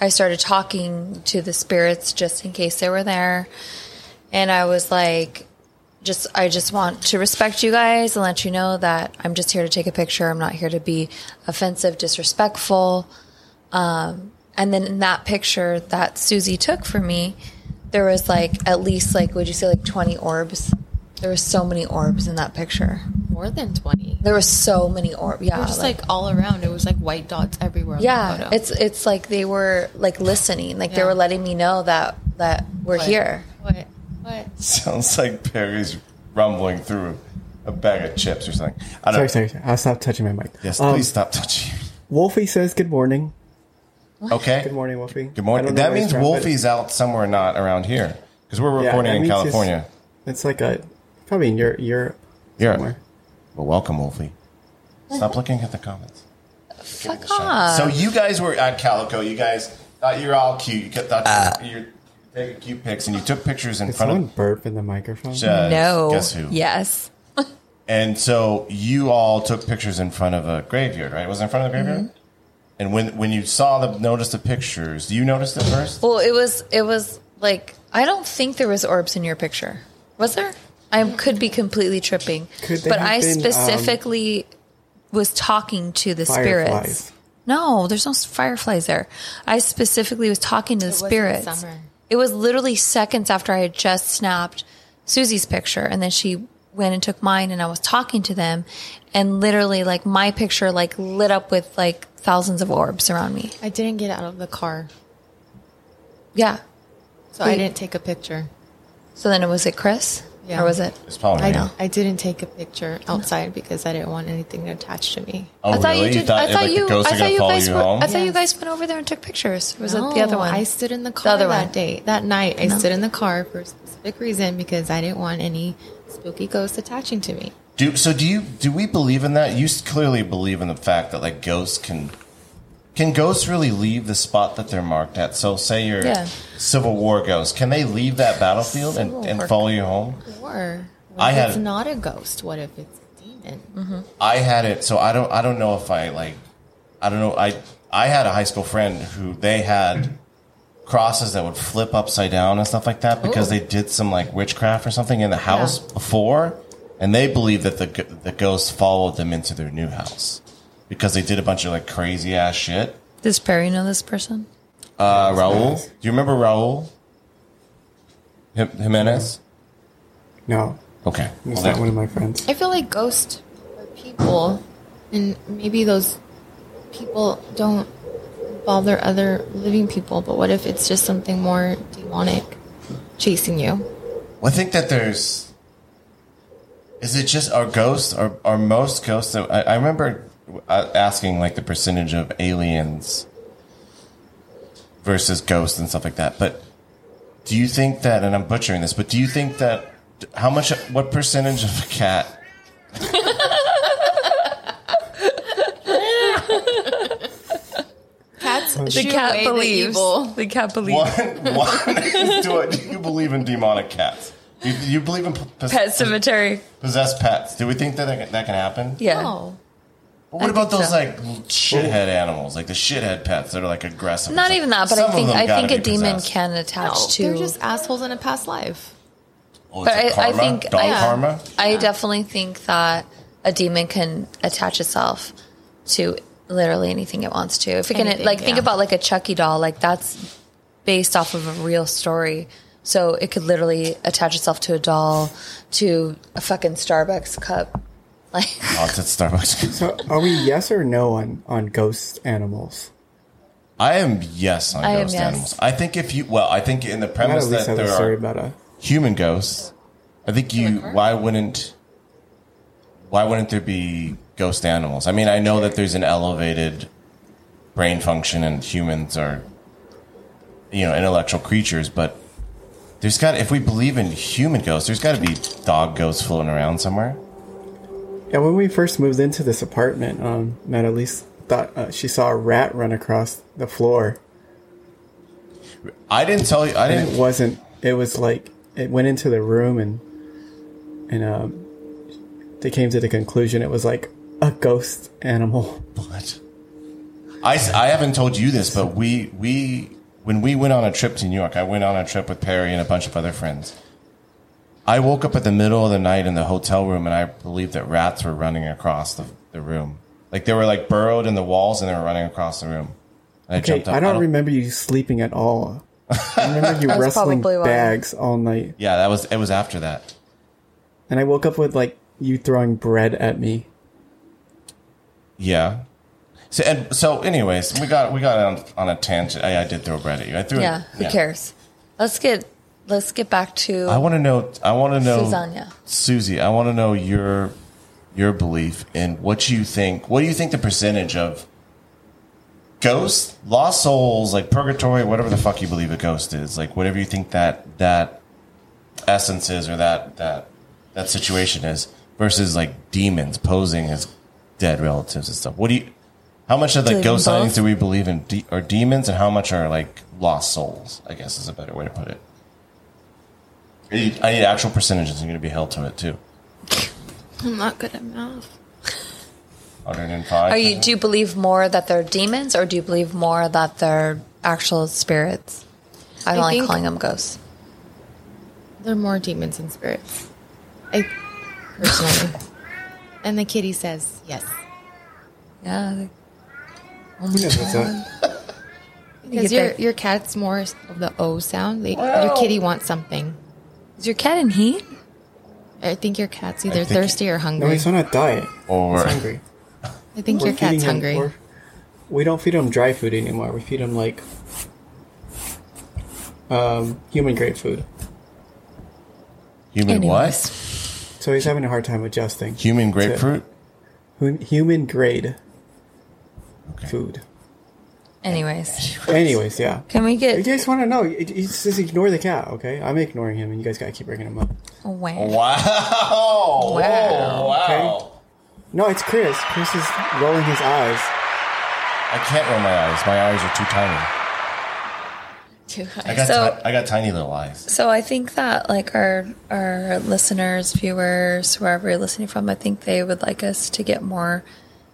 Speaker 1: I started talking to the spirits just in case they were there. And I was like, just I just want to respect you guys and let you know that I'm just here to take a picture. I'm not here to be offensive, disrespectful. Um, and then in that picture that Susie took for me, there was like at least like would you say like 20 orbs? There were so many orbs in that picture.
Speaker 4: More than 20.
Speaker 1: There were so many orbs. Yeah,
Speaker 4: We're just like, all around. It was like white dots everywhere. on the
Speaker 1: yeah
Speaker 4: photo.
Speaker 1: it's it's like they were like listening like they
Speaker 4: Yeah.
Speaker 1: were letting me know that that we're
Speaker 4: What?
Speaker 1: here
Speaker 4: What? What?
Speaker 2: Sounds like Perry's rumbling through a bag of chips or something. I don't
Speaker 7: sorry, sorry, sorry. I'll stop touching my mic.
Speaker 2: Yes,
Speaker 7: Um,
Speaker 2: please stop touching.
Speaker 7: Wolfie says good morning.
Speaker 2: Okay.
Speaker 7: Good morning, Wolfie.
Speaker 2: Good
Speaker 7: I
Speaker 2: morning.
Speaker 7: don't know
Speaker 2: That
Speaker 7: where he's
Speaker 2: means
Speaker 7: from, but
Speaker 2: Wolfie's out somewhere not around here because we're
Speaker 7: Yeah,
Speaker 2: recording
Speaker 7: that
Speaker 2: in
Speaker 7: means he's-
Speaker 2: California.
Speaker 7: It's like a probably in Europe. Europe
Speaker 2: Yeah.
Speaker 7: somewhere.
Speaker 2: Well, welcome, Wolfie. Stop looking at the comments.
Speaker 1: fuck off
Speaker 2: So you guys were at Calico. You guys thought you were all cute. You kept- thought you were taking cute pics, and you took pictures in
Speaker 7: Did
Speaker 2: front
Speaker 7: someone
Speaker 2: of.
Speaker 7: burp in the microphone?
Speaker 2: Uh,
Speaker 1: no
Speaker 2: Guess who?
Speaker 1: yes Mm-hmm.
Speaker 2: And so you all took pictures in front of a graveyard, right? Was it in front of the graveyard? And when when you saw the notice the pictures, you noticed it first.
Speaker 1: Well, it was it was like I don't think there was orbs in your picture. Was there? I could be completely tripping.
Speaker 7: Could they
Speaker 1: but
Speaker 7: have
Speaker 1: I
Speaker 7: been, um,
Speaker 1: specifically was talking to the spirits.
Speaker 7: Fireflies.
Speaker 1: No, there's no fireflies there. I specifically was talking to the
Speaker 4: wasn't
Speaker 1: spirits.
Speaker 4: summer.
Speaker 1: It was literally seconds after I had just snapped Susie's picture, and then she went and took mine, and I was talking to them, and literally, like my picture, like lit up with like thousands of orbs around me.
Speaker 4: I didn't get out of the car,
Speaker 1: Yeah.
Speaker 4: so I didn't take a picture.
Speaker 1: So then, it was it Chris?
Speaker 4: Yeah.
Speaker 1: Or was it?
Speaker 2: It's probably
Speaker 4: I
Speaker 2: me.
Speaker 4: I didn't take a picture outside because I didn't want anything attached to me.
Speaker 2: Oh,
Speaker 1: I thought
Speaker 2: really?
Speaker 1: you did. I
Speaker 2: it,
Speaker 1: thought
Speaker 2: like,
Speaker 1: you.
Speaker 2: The ghosts
Speaker 1: I
Speaker 2: are
Speaker 1: thought
Speaker 2: gonna
Speaker 1: you
Speaker 2: follow
Speaker 1: guys.
Speaker 2: you
Speaker 1: went, I
Speaker 2: home.
Speaker 1: thought you
Speaker 4: Yes.
Speaker 1: guys went over there and took pictures. Was
Speaker 4: No,
Speaker 1: it the other one?
Speaker 4: I stood in the car
Speaker 1: other
Speaker 4: that
Speaker 1: one.
Speaker 4: day, that night. I stood in the car for a specific reason because I didn't want any spooky ghosts attaching to me.
Speaker 2: Do so? Do you? Do we believe in that? You s- clearly believe in the fact that like ghosts can. Can ghosts really leave the spot that they're marked at? So, say you're
Speaker 1: Yeah.
Speaker 2: Civil War ghost. Can they leave that battlefield and,
Speaker 4: Civil
Speaker 2: and
Speaker 4: War.
Speaker 2: follow you home?
Speaker 4: Or what
Speaker 2: I
Speaker 4: if
Speaker 2: had-
Speaker 4: it's not a ghost? What if it's a demon?
Speaker 2: I had it, so I don't. I don't know if I like. I don't know. I I had a high school friend who they had crosses that would flip upside down and stuff like that because they did some like witchcraft or something in the house before, and they believed that the g- the ghosts followed them into their new house because they did a bunch of like crazy ass shit.
Speaker 1: Does Perry know this person?
Speaker 2: Uh, Raul, do you remember Raul? Jim- Jimenez.
Speaker 7: No,
Speaker 2: Okay.
Speaker 7: it's
Speaker 2: Well,
Speaker 7: not
Speaker 2: that-
Speaker 7: one of my friends.
Speaker 4: I feel like ghosts are people, and maybe those people don't bother other living people. But what if it's just something more demonic chasing you?
Speaker 2: Well, I think that there's. Is it just our ghosts? Are are most ghosts? That, I, I remember uh, asking like the percentage of aliens versus ghosts and stuff like that. But do you think that? And I'm butchering this, but do you think that? How much? What percentage of a cat?
Speaker 4: Cats
Speaker 1: The cat believes.
Speaker 4: evil.
Speaker 1: The cat believes.
Speaker 2: One. One. do, do you believe in demonic cats? Do you, do you believe in p- pos-
Speaker 1: Pet cemetery.
Speaker 2: possessed pets? Do we think that that can- that can happen?
Speaker 1: Yeah.
Speaker 4: No.
Speaker 2: But what about
Speaker 1: think
Speaker 2: those
Speaker 1: so.
Speaker 2: like shithead animals, like the shithead pets that are like aggressive?
Speaker 1: Not even that, but
Speaker 2: Some
Speaker 1: I
Speaker 2: of
Speaker 1: think
Speaker 2: them
Speaker 1: I
Speaker 2: gotta
Speaker 1: think a
Speaker 2: be
Speaker 1: demon
Speaker 2: possessed.
Speaker 1: can attach
Speaker 4: No,
Speaker 1: to.
Speaker 4: they're just assholes in a past life.
Speaker 2: Oh,
Speaker 1: but
Speaker 2: it's a
Speaker 1: I, I
Speaker 2: karma?
Speaker 1: think
Speaker 2: dog
Speaker 1: I,
Speaker 2: karma.
Speaker 1: I definitely think that a demon can attach itself to literally anything it wants to. If it can,
Speaker 4: Anything,
Speaker 1: like, think
Speaker 4: yeah.
Speaker 1: about like a Chucky doll. Like that's based off of a real story, so it could literally attach itself to a doll, to a fucking Starbucks cup. Like,
Speaker 2: Oh, it's at Starbucks.
Speaker 7: So, are we yes or no on on ghost animals?
Speaker 2: I am yes on
Speaker 1: I am
Speaker 2: ghost
Speaker 1: yes.
Speaker 2: animals. I think if you well, I think in the
Speaker 7: I had
Speaker 2: premise
Speaker 7: at least
Speaker 2: that
Speaker 7: have a
Speaker 2: there
Speaker 7: story
Speaker 2: are
Speaker 7: about a.
Speaker 2: human ghosts, I think you why wouldn't why wouldn't there be ghost animals? I mean, I know that there's an elevated brain function and humans are you know intellectual creatures, but there's got if we believe in human ghosts, there's got to be dog ghosts floating around somewhere.
Speaker 7: Yeah, when we first moved into this apartment, um, Matt at least thought uh, she saw a rat run across the floor,
Speaker 2: I didn't tell you. I
Speaker 7: and
Speaker 2: didn't.
Speaker 7: it wasn't. It was like it went into the room, and and um, they came to the conclusion it was like a ghost animal.
Speaker 2: What? I, s- I haven't told you this, but we we when we went on a trip to New York, I went on a trip with Perry and a bunch of other friends. I woke up at the middle of the night in the hotel room, and I believed that rats were running across the, the room. Like they were like burrowed in the walls, and they were running across the room. And I
Speaker 7: Okay,
Speaker 2: jumped up.
Speaker 7: I don't remember you sleeping at all. I remember you
Speaker 1: That's
Speaker 7: wrestling
Speaker 1: probably why.
Speaker 7: bags all night,
Speaker 2: Yeah, that was it. Was after that.
Speaker 7: and I woke up with like you throwing bread at me.
Speaker 2: Yeah. So and so, anyways, we got we got on, on a tangent. I, I did throw bread at you. I threw.
Speaker 1: yeah, who cares? Let's get let's get back to
Speaker 2: I want to know. I want to know.
Speaker 1: Susanna.
Speaker 2: Susie, I want to know your your belief in what you think. What do you think the percentage of ghosts, lost souls, like purgatory, whatever the fuck you believe a ghost is, like whatever you think that that essence is or that that that situation is, versus like demons posing as dead relatives and stuff. What do you? How much of the
Speaker 1: Believe in
Speaker 2: ghost sightings
Speaker 1: both?
Speaker 2: do we believe in de- are demons, and how much are like lost souls? I guess is a better way to put it. I need, I need actual percentages. I'm going to be held to it too.
Speaker 4: I'm not good at math.
Speaker 2: 105.
Speaker 1: Are you? Do you believe more that they're demons, or do you believe more that they're actual spirits? I don't
Speaker 4: I
Speaker 1: like
Speaker 4: think-
Speaker 1: calling them ghosts.
Speaker 4: They're more demons and spirits. I personally. and the kitty says yes.
Speaker 1: Yeah. they-
Speaker 4: Because
Speaker 1: get
Speaker 4: your
Speaker 1: that-
Speaker 4: your cat's more of the O sound. They, your kitty wants something.
Speaker 1: Is your cat in heat?
Speaker 4: I think your cat's either
Speaker 2: think-
Speaker 4: thirsty or
Speaker 7: No,
Speaker 4: hungry.
Speaker 7: he's on a diet.
Speaker 2: Or
Speaker 7: He's hungry.
Speaker 4: I think
Speaker 7: We're
Speaker 4: your cat's
Speaker 7: feeding him-
Speaker 4: hungry.
Speaker 7: we're- we don't feed him dry food anymore. We feed him like um, human grade food.
Speaker 2: human what?
Speaker 1: Anyways.
Speaker 7: So he's having a hard time adjusting.
Speaker 2: Human grapefruit?
Speaker 7: Hu- human grade
Speaker 2: Okay.
Speaker 7: food.
Speaker 1: Anyways,
Speaker 7: Anyways, yeah.
Speaker 1: can we
Speaker 7: You
Speaker 1: get
Speaker 7: guys want to know? You you just ignore the cat, okay? I'm ignoring him, and you guys gotta keep bringing him up.
Speaker 1: away?
Speaker 2: Wow. Whoa,
Speaker 1: Wow.
Speaker 2: wow.
Speaker 7: Okay. No, it's Chris. Chris is rolling his eyes.
Speaker 2: I can't roll my eyes. My eyes are too tiny. I got,
Speaker 1: So-
Speaker 2: ti- I got tiny little eyes.
Speaker 1: So I think that like our our listeners, viewers, wherever you're listening from, I think they would like us to get more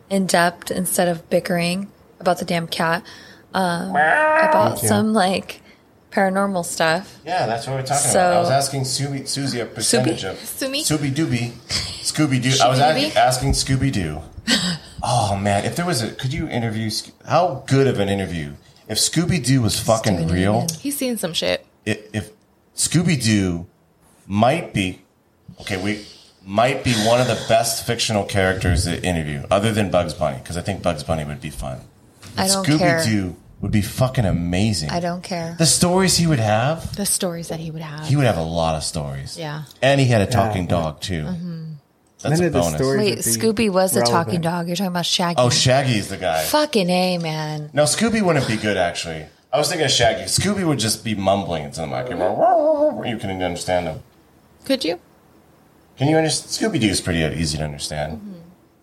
Speaker 1: in depth instead of bickering about the damn cat, um, about
Speaker 7: you.
Speaker 1: some like paranormal stuff.
Speaker 2: Yeah, that's what we're talking
Speaker 1: So-
Speaker 2: about. I was asking Subi, Susie a percentage
Speaker 1: Subi?
Speaker 2: of
Speaker 4: Sumi?
Speaker 2: Subi Dooby, Scooby Doo. I was
Speaker 4: Shooby-dooby?
Speaker 2: ac- asking Scooby Doo. Oh man, if there was a, could you interview? Sc- How good of an interview? If Scooby Doo was fucking
Speaker 1: doing it
Speaker 2: real,
Speaker 1: again.
Speaker 4: He's seen some shit.
Speaker 2: i- if Scooby Doo might be okay, we might be one of the best fictional characters to interview, other than Bugs Bunny, because I think Bugs Bunny would be fun.
Speaker 1: I don't care.
Speaker 2: Scooby Doo would be fucking amazing.
Speaker 1: I don't care.
Speaker 2: The stories he would have.
Speaker 4: The stories that he would have.
Speaker 2: He would have a lot of stories.
Speaker 4: Yeah.
Speaker 2: And he had a talking
Speaker 7: yeah.
Speaker 2: dog too.
Speaker 1: Mm-hmm.
Speaker 2: That's
Speaker 7: None
Speaker 2: a
Speaker 7: of the
Speaker 2: bonus.
Speaker 7: stories-
Speaker 1: Wait,
Speaker 7: would be
Speaker 1: Scooby was a talking
Speaker 7: relevant.
Speaker 1: dog. You're talking about Shaggy.
Speaker 2: oh, Shaggy's the guy.
Speaker 1: Fucking a man.
Speaker 2: No, Scooby wouldn't be good actually. I was thinking of Shaggy. Scooby would just be mumbling into the mic. He'd
Speaker 1: Mm-hmm.
Speaker 2: go, You can understand him.
Speaker 4: Could you?
Speaker 2: Can you understand? Scooby Doo is pretty easy to understand.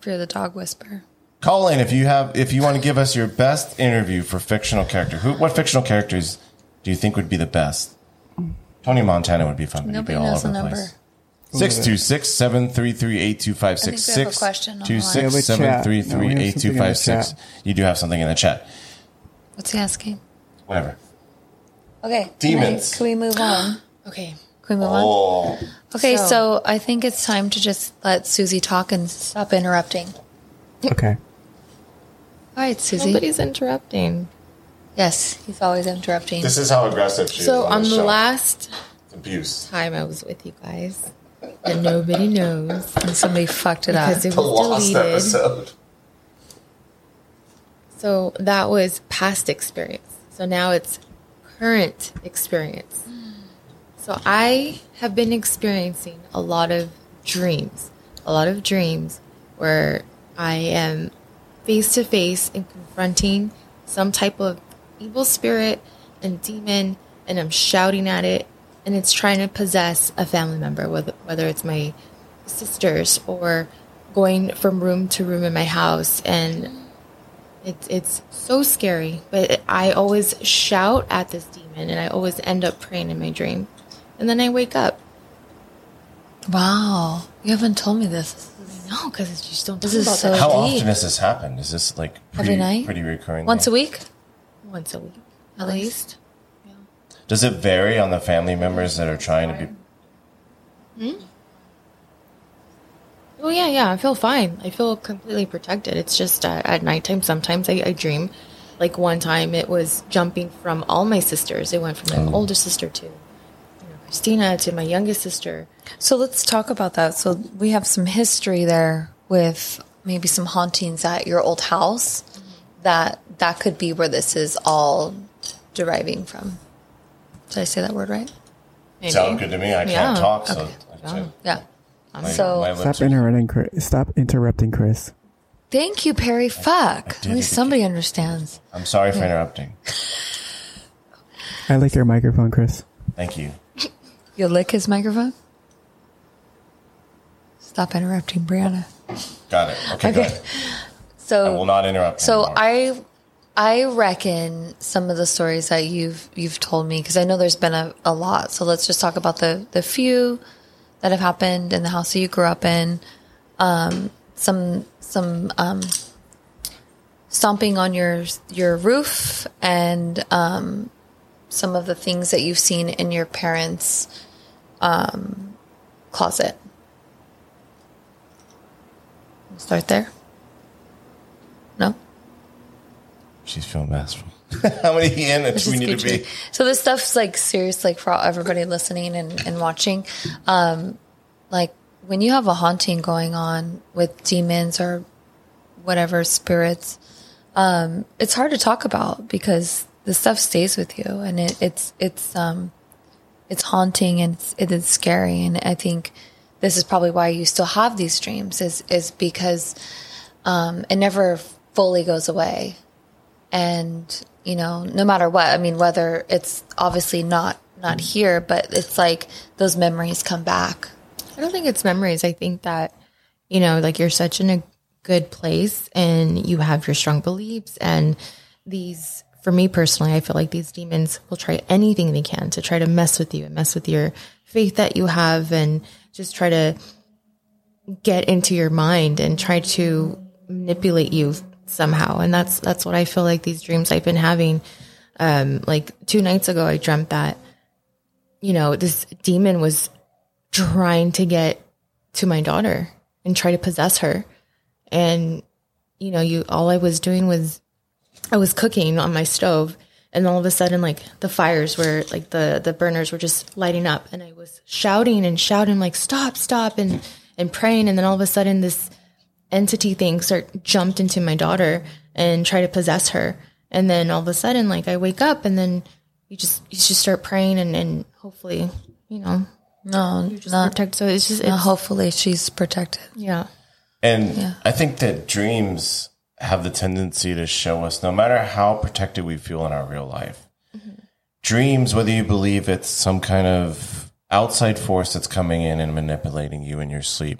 Speaker 1: If you're the dog whisperer.
Speaker 2: Call in if you have if you want to give us your best interview for fictional character. Who? What fictional characters do you think would be the best? Tony Montana would be fun. but he'd be
Speaker 1: Nobody
Speaker 2: all
Speaker 1: knows
Speaker 2: over
Speaker 1: the
Speaker 2: the
Speaker 1: number.
Speaker 2: place. Six two six seven three three eight two five six
Speaker 1: I think we have a
Speaker 2: six
Speaker 1: question on the
Speaker 2: two
Speaker 1: line.
Speaker 7: We have a
Speaker 2: six seven
Speaker 7: chat.
Speaker 2: three
Speaker 7: No, we
Speaker 2: three
Speaker 7: have
Speaker 2: eight
Speaker 7: something
Speaker 2: two
Speaker 7: in the
Speaker 2: five six.
Speaker 7: chat.
Speaker 2: You do have something in the chat.
Speaker 1: What's he asking?
Speaker 2: Whatever.
Speaker 1: Okay.
Speaker 2: Demons.
Speaker 1: Can, I- can we move on?
Speaker 4: Okay.
Speaker 1: Can we move on?
Speaker 2: Oh,
Speaker 1: Okay, so,
Speaker 4: So-
Speaker 1: I think it's time to just let Susie talk and stop interrupting. All
Speaker 7: Okay.
Speaker 1: right, Susie.
Speaker 4: Nobody's interrupting.
Speaker 1: Yes, he's always interrupting.
Speaker 2: this is how aggressive she is.
Speaker 4: So on
Speaker 2: this
Speaker 4: the
Speaker 2: show.
Speaker 4: last
Speaker 2: It's abuse.
Speaker 4: time I was with you guys, that nobody knows
Speaker 1: and somebody fucked it up.
Speaker 4: because it
Speaker 2: The lost
Speaker 4: was deleted.
Speaker 2: episode.
Speaker 4: So that was past experience. So now it's current experience. So I have been experiencing a lot of dreams, a lot of dreams where I am face to face and confronting some type of evil spirit and demon, and I'm shouting at it, and it's trying to possess a family member, whether, whether it's my sisters or going from room to room in my house and it's it's so scary, but I always shout at this demon, and I always end up praying in my dream, and then I wake up.
Speaker 1: Wow. You haven't told me this.
Speaker 4: No, because it's just don't.
Speaker 1: This
Speaker 4: talk
Speaker 1: is
Speaker 4: about
Speaker 1: so
Speaker 4: that
Speaker 2: How
Speaker 1: deep.
Speaker 2: often has this happened? Is this like pretty,
Speaker 1: Every night?
Speaker 2: Pretty recurring.
Speaker 1: Once a week?
Speaker 4: once a week
Speaker 1: At
Speaker 4: at
Speaker 1: least.
Speaker 4: least.
Speaker 2: Does it vary on the family members that are trying to be?
Speaker 4: Oh yeah, yeah. I feel fine. I feel completely protected. It's just uh, at, at nighttime. Sometimes I, I dream. Like one time, it was jumping from all my sisters. It went
Speaker 2: Oh.
Speaker 4: from my older sister to you know, Christina to my youngest sister.
Speaker 1: So let's talk about that. So we have some history there with maybe some hauntings at your old house that that could be where this is all deriving from. Did I say that word right?
Speaker 4: Maybe.
Speaker 2: Sound good to me. I can't
Speaker 4: Yeah.
Speaker 2: talk. So
Speaker 4: Yeah.
Speaker 1: Yeah.
Speaker 2: my,
Speaker 1: So-
Speaker 2: my lips
Speaker 7: Stop
Speaker 2: are-
Speaker 7: interrupting Chris. Stop interrupting Chris.
Speaker 1: Thank you, Perry. Fuck.
Speaker 2: did
Speaker 1: At least
Speaker 2: it
Speaker 1: somebody understands.
Speaker 2: I'm sorry for interrupting.
Speaker 7: I like your microphone, Chris.
Speaker 2: Thank you.
Speaker 1: You'll lick his microphone? Stop interrupting, Brianna.
Speaker 2: Got it. Okay,
Speaker 1: Okay.
Speaker 2: good.
Speaker 1: So
Speaker 2: I will not interrupt.
Speaker 1: So
Speaker 2: anymore.
Speaker 1: I I reckon some of the stories that you've you've told me because I know there's been a, a lot. So let's just talk about the the few that have happened in the house that you grew up in. Um, some some um, stomping on your your roof and um, some of the things that you've seen in your parents' um, closet. We'll start there. No.
Speaker 2: She's feeling bashful. How many in do we
Speaker 1: Just
Speaker 2: need to
Speaker 1: Gucci.
Speaker 2: be?
Speaker 1: So this stuff's like serious, like for all- everybody listening and, and watching. Um, like when you have a haunting going on with demons or whatever spirits, um, it's hard to talk about because the stuff stays with you and it, it's it's um, it's haunting and it's, it is scary. And I think this is probably why you still have these dreams is is because um, it never fully goes away and you know no matter what i mean whether it's obviously not
Speaker 4: Mm.
Speaker 1: not here but it's like those memories come back
Speaker 4: I don't think it's memories. I think that, you know, like you're such in a good place and you have your strong beliefs. And these, for me personally, I feel like these demons will try anything they can to try to mess with you and mess with your faith that you have and just try to get into your mind and try to manipulate you somehow. And that's, that's what I feel like these dreams I've been having. Um, like two nights ago, I dreamt that, you know, this demon was trying to get to my daughter and try to possess her. And you know, you all I was doing was I was cooking on my stove and all of a sudden like the fires were like the the burners were just lighting up and I was shouting and shouting like stop stop and and praying and then all of a sudden this entity thing start jumped into my daughter and try to possess her and then all of a sudden like I wake up and then you just you just start praying and and hopefully you know
Speaker 1: no
Speaker 4: just
Speaker 1: not,
Speaker 4: protect. So it's just
Speaker 1: no,
Speaker 4: it's,
Speaker 1: hopefully she's protected
Speaker 4: yeah.
Speaker 2: And I think that dreams have the tendency to show us, no matter how protected we feel in our real life,
Speaker 1: Mm-hmm.
Speaker 2: dreams, whether you believe it's some kind of outside force that's coming in and manipulating you in your sleep,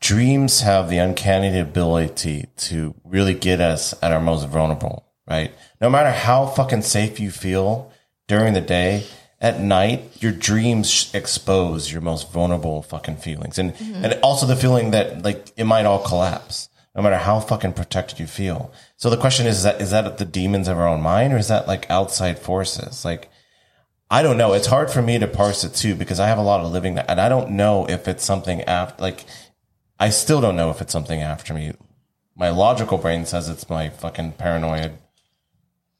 Speaker 2: dreams have the uncanny ability to really get us at our most vulnerable, right? No matter how fucking safe you feel during the day, at night, your dreams sh- expose your most vulnerable fucking feelings. And, and also the feeling that like it might all collapse. No matter how fucking protected you feel. So the question is, is that, is that the demons of our own mind or is that like outside forces? Like, I don't know. It's hard for me to parse it too because I have a lot of living and I don't know if it's something after, like, I still don't know if it's something after me. My logical brain says it's my fucking paranoid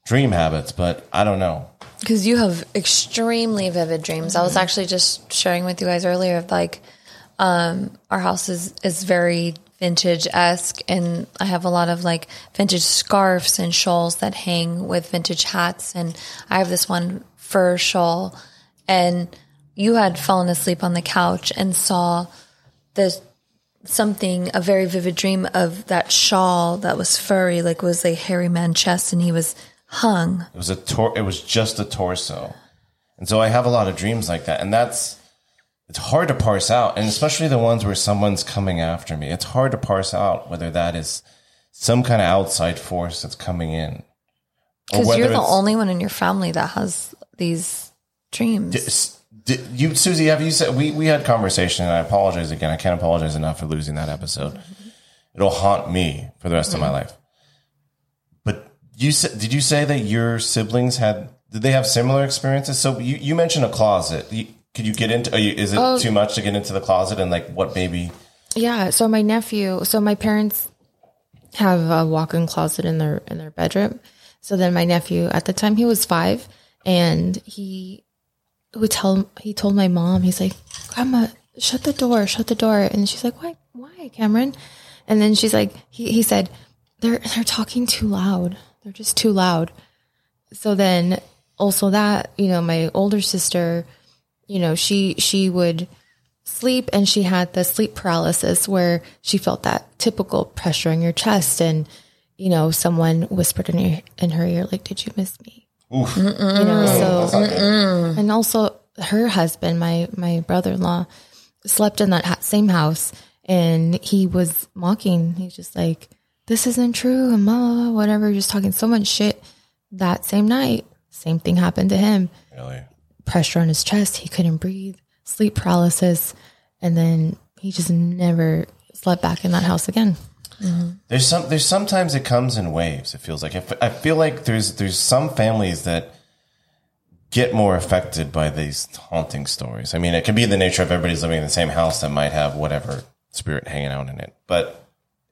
Speaker 2: dream habits, but I don't know.
Speaker 1: because you have extremely vivid dreams i was actually just sharing with you guys earlier of like um our house is is very vintage-esque and i have a lot of like vintage scarves and shawls that hang with vintage hats and i have this one fur shawl and you had fallen asleep on the couch and saw the something a very vivid dream of that shawl that was furry like was a hairy man chest and he was hung
Speaker 2: It was a tor- it was just a torso. And so I have a lot of dreams like that. And that's it's hard to parse out, and especially the ones where someone's coming after me. It's hard to parse out whether that is some kind of outside force that's coming in. Or
Speaker 1: Because
Speaker 2: whether
Speaker 1: you're the
Speaker 2: it's-
Speaker 1: only one in your family that has these dreams.
Speaker 2: S- Did you, Susie, have you said we, we had conversation and I apologize again. I can't apologize enough for losing that episode. It'll haunt me for the rest of my life. But you said, did you say that your siblings had, did they have similar experiences? So you, you mentioned a closet. You, could you get into, are you, is it too much to get into the closet and like what maybe?
Speaker 4: Yeah. So my nephew. So my parents have a walk-in closet in their in their bedroom. So then my nephew, at the time he was five, and he would tell he told my mom he's like, "Grandma, shut the door, shut the door," and she's like, "Why, why, Cameron?" And then she's like, he he said, "They're they're talking too loud. They're just too loud." So then also that you know my older sister, you know she she would sleep and she had the sleep paralysis where she felt that typical pressure in your chest and you know someone whispered in her, in her ear like did you miss me you know so
Speaker 2: Oh,
Speaker 4: and also her husband my my brother-in-law slept in that ha- same house and he was mocking he's just like this isn't true and blah, blah, blah, whatever just talking so much shit that same night same thing happened to him
Speaker 2: Really?
Speaker 4: pressure on his chest. He couldn't breathe, sleep paralysis, and then he just never slept back in that house again.
Speaker 2: There's some. There's sometimes it comes in waves. It feels like I f- I feel like there's there's some families that get more affected by these haunting stories. I mean, it could be the nature of everybody's living in the same house that might have whatever spirit hanging out in it, but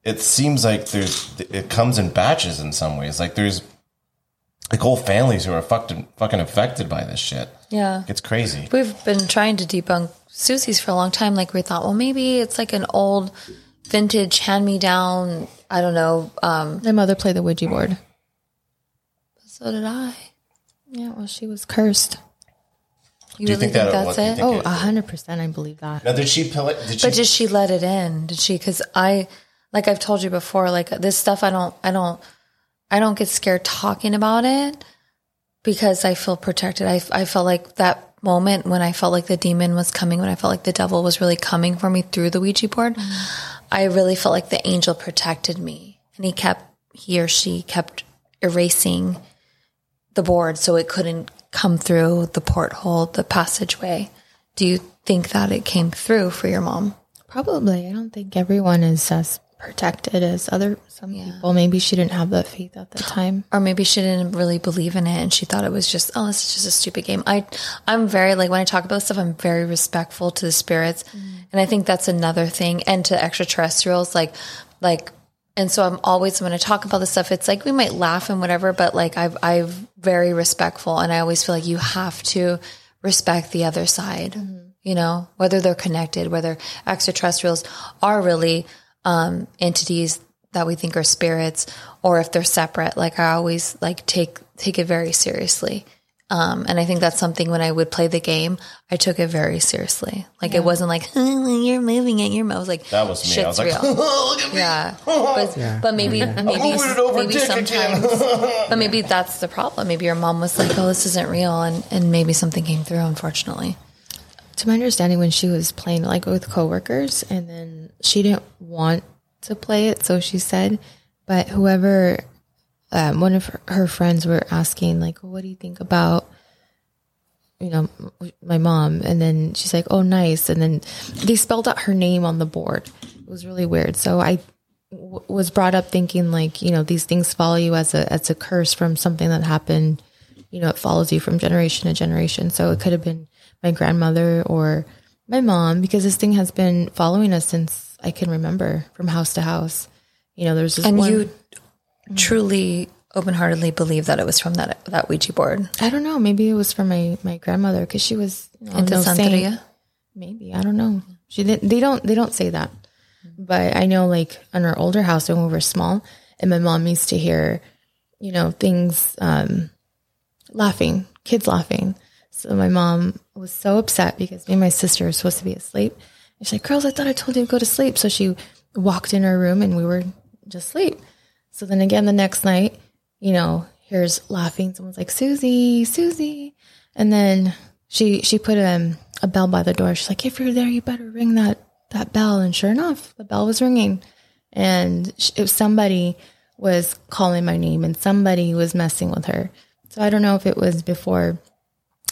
Speaker 2: it seems like there's it comes in batches in some ways. Like there's like whole families who are fucking fucking affected by this shit.
Speaker 1: Yeah.
Speaker 2: It's crazy.
Speaker 1: We've been trying to debunk Susie's for a long time. Like we thought, well, maybe it's like an old vintage hand me down. I don't know. Um,
Speaker 4: My mother played the Ouija board.
Speaker 1: so did I.
Speaker 4: Yeah, well, she was cursed.
Speaker 1: You
Speaker 2: Do you
Speaker 1: really
Speaker 2: think
Speaker 1: think,
Speaker 2: that it was-
Speaker 1: that's
Speaker 2: do you
Speaker 1: it?
Speaker 2: think-
Speaker 4: Oh, a hundred percent, I believe that.
Speaker 2: Now, did she pill it? Did she?
Speaker 1: But did she let it in? Did she? Because I, like I've told you before, like this stuff, I don't, I don't, I don't get scared talking about it because I feel protected. I, I felt like that moment when I felt like the demon was coming, when I felt like the devil was really coming for me through the Ouija board, I really felt like the angel protected me, and he kept he or she kept erasing the board so it couldn't come through the porthole, the passageway. Do you think that it came through for your mom?
Speaker 4: Probably. I don't think everyone is as protected as other some people. Maybe she didn't have that faith at the time.
Speaker 1: or maybe she didn't really believe in it and she thought it was just oh this is just a stupid game i i'm very like when i talk about this stuff i'm very respectful to the spirits and i think that's another thing and to extraterrestrials like like and so i'm always when i talk about this stuff it's like we might laugh and whatever but like i've i'm very respectful and i always feel like you have to respect the other side you know whether they're connected whether extraterrestrials are really um, entities that we think are spirits or if they're separate like i always like take take it very seriously um, and i think that's something when i would play the game i took it very seriously like it wasn't like you're moving it you're mo-" i was like
Speaker 2: that was me. I was
Speaker 1: shit's
Speaker 2: like,
Speaker 1: real
Speaker 2: look at me.
Speaker 1: yeah. But, but maybe maybe,
Speaker 2: moving it over
Speaker 1: maybe
Speaker 2: dick
Speaker 1: sometimes but maybe that's the problem maybe your mom was like oh this isn't real and and maybe something came through unfortunately
Speaker 4: To my understanding, when she was playing like with coworkers, and then she didn't want to play it, so she said, but whoever, um, one of her, her friends were asking like, "What do you think about?" You know, m- my mom, and then she's like, "Oh, nice," and then they spelled out her name on the board. It was really weird. So I w- was brought up thinking like, you know, these things follow you as a as a curse from something that happened you know, it follows you from generation to generation. So it could have been my grandmother or my mom because this thing has been following us since I can remember from house to house. You know, there's this
Speaker 1: and
Speaker 4: one-
Speaker 1: you truly open-heartedly believe that it was from that that ouija board
Speaker 4: I don't know, maybe it was from my my grandmother because she was you know,
Speaker 1: into
Speaker 4: no
Speaker 1: Santeria.
Speaker 4: saint. Maybe I don't know. She didn't. They don't. They don't say that. But I know, like in our older house when we were small, and my mom used to hear, you know, things um, laughing, kids laughing. So my mom was so upset because me and my sister were supposed to be asleep. And she's like, "Girls, I thought I told you to go to sleep." So she walked in her room, and we were just asleep. So then again, the next night, you know, here's laughing. Someone's like, Susie, Susie. And then she she put um, a bell by the door. She's like, if you're there, you better ring that that bell. And sure enough, the bell was ringing, and sh- if somebody was calling my name, and somebody was messing with her. So I don't know if it was before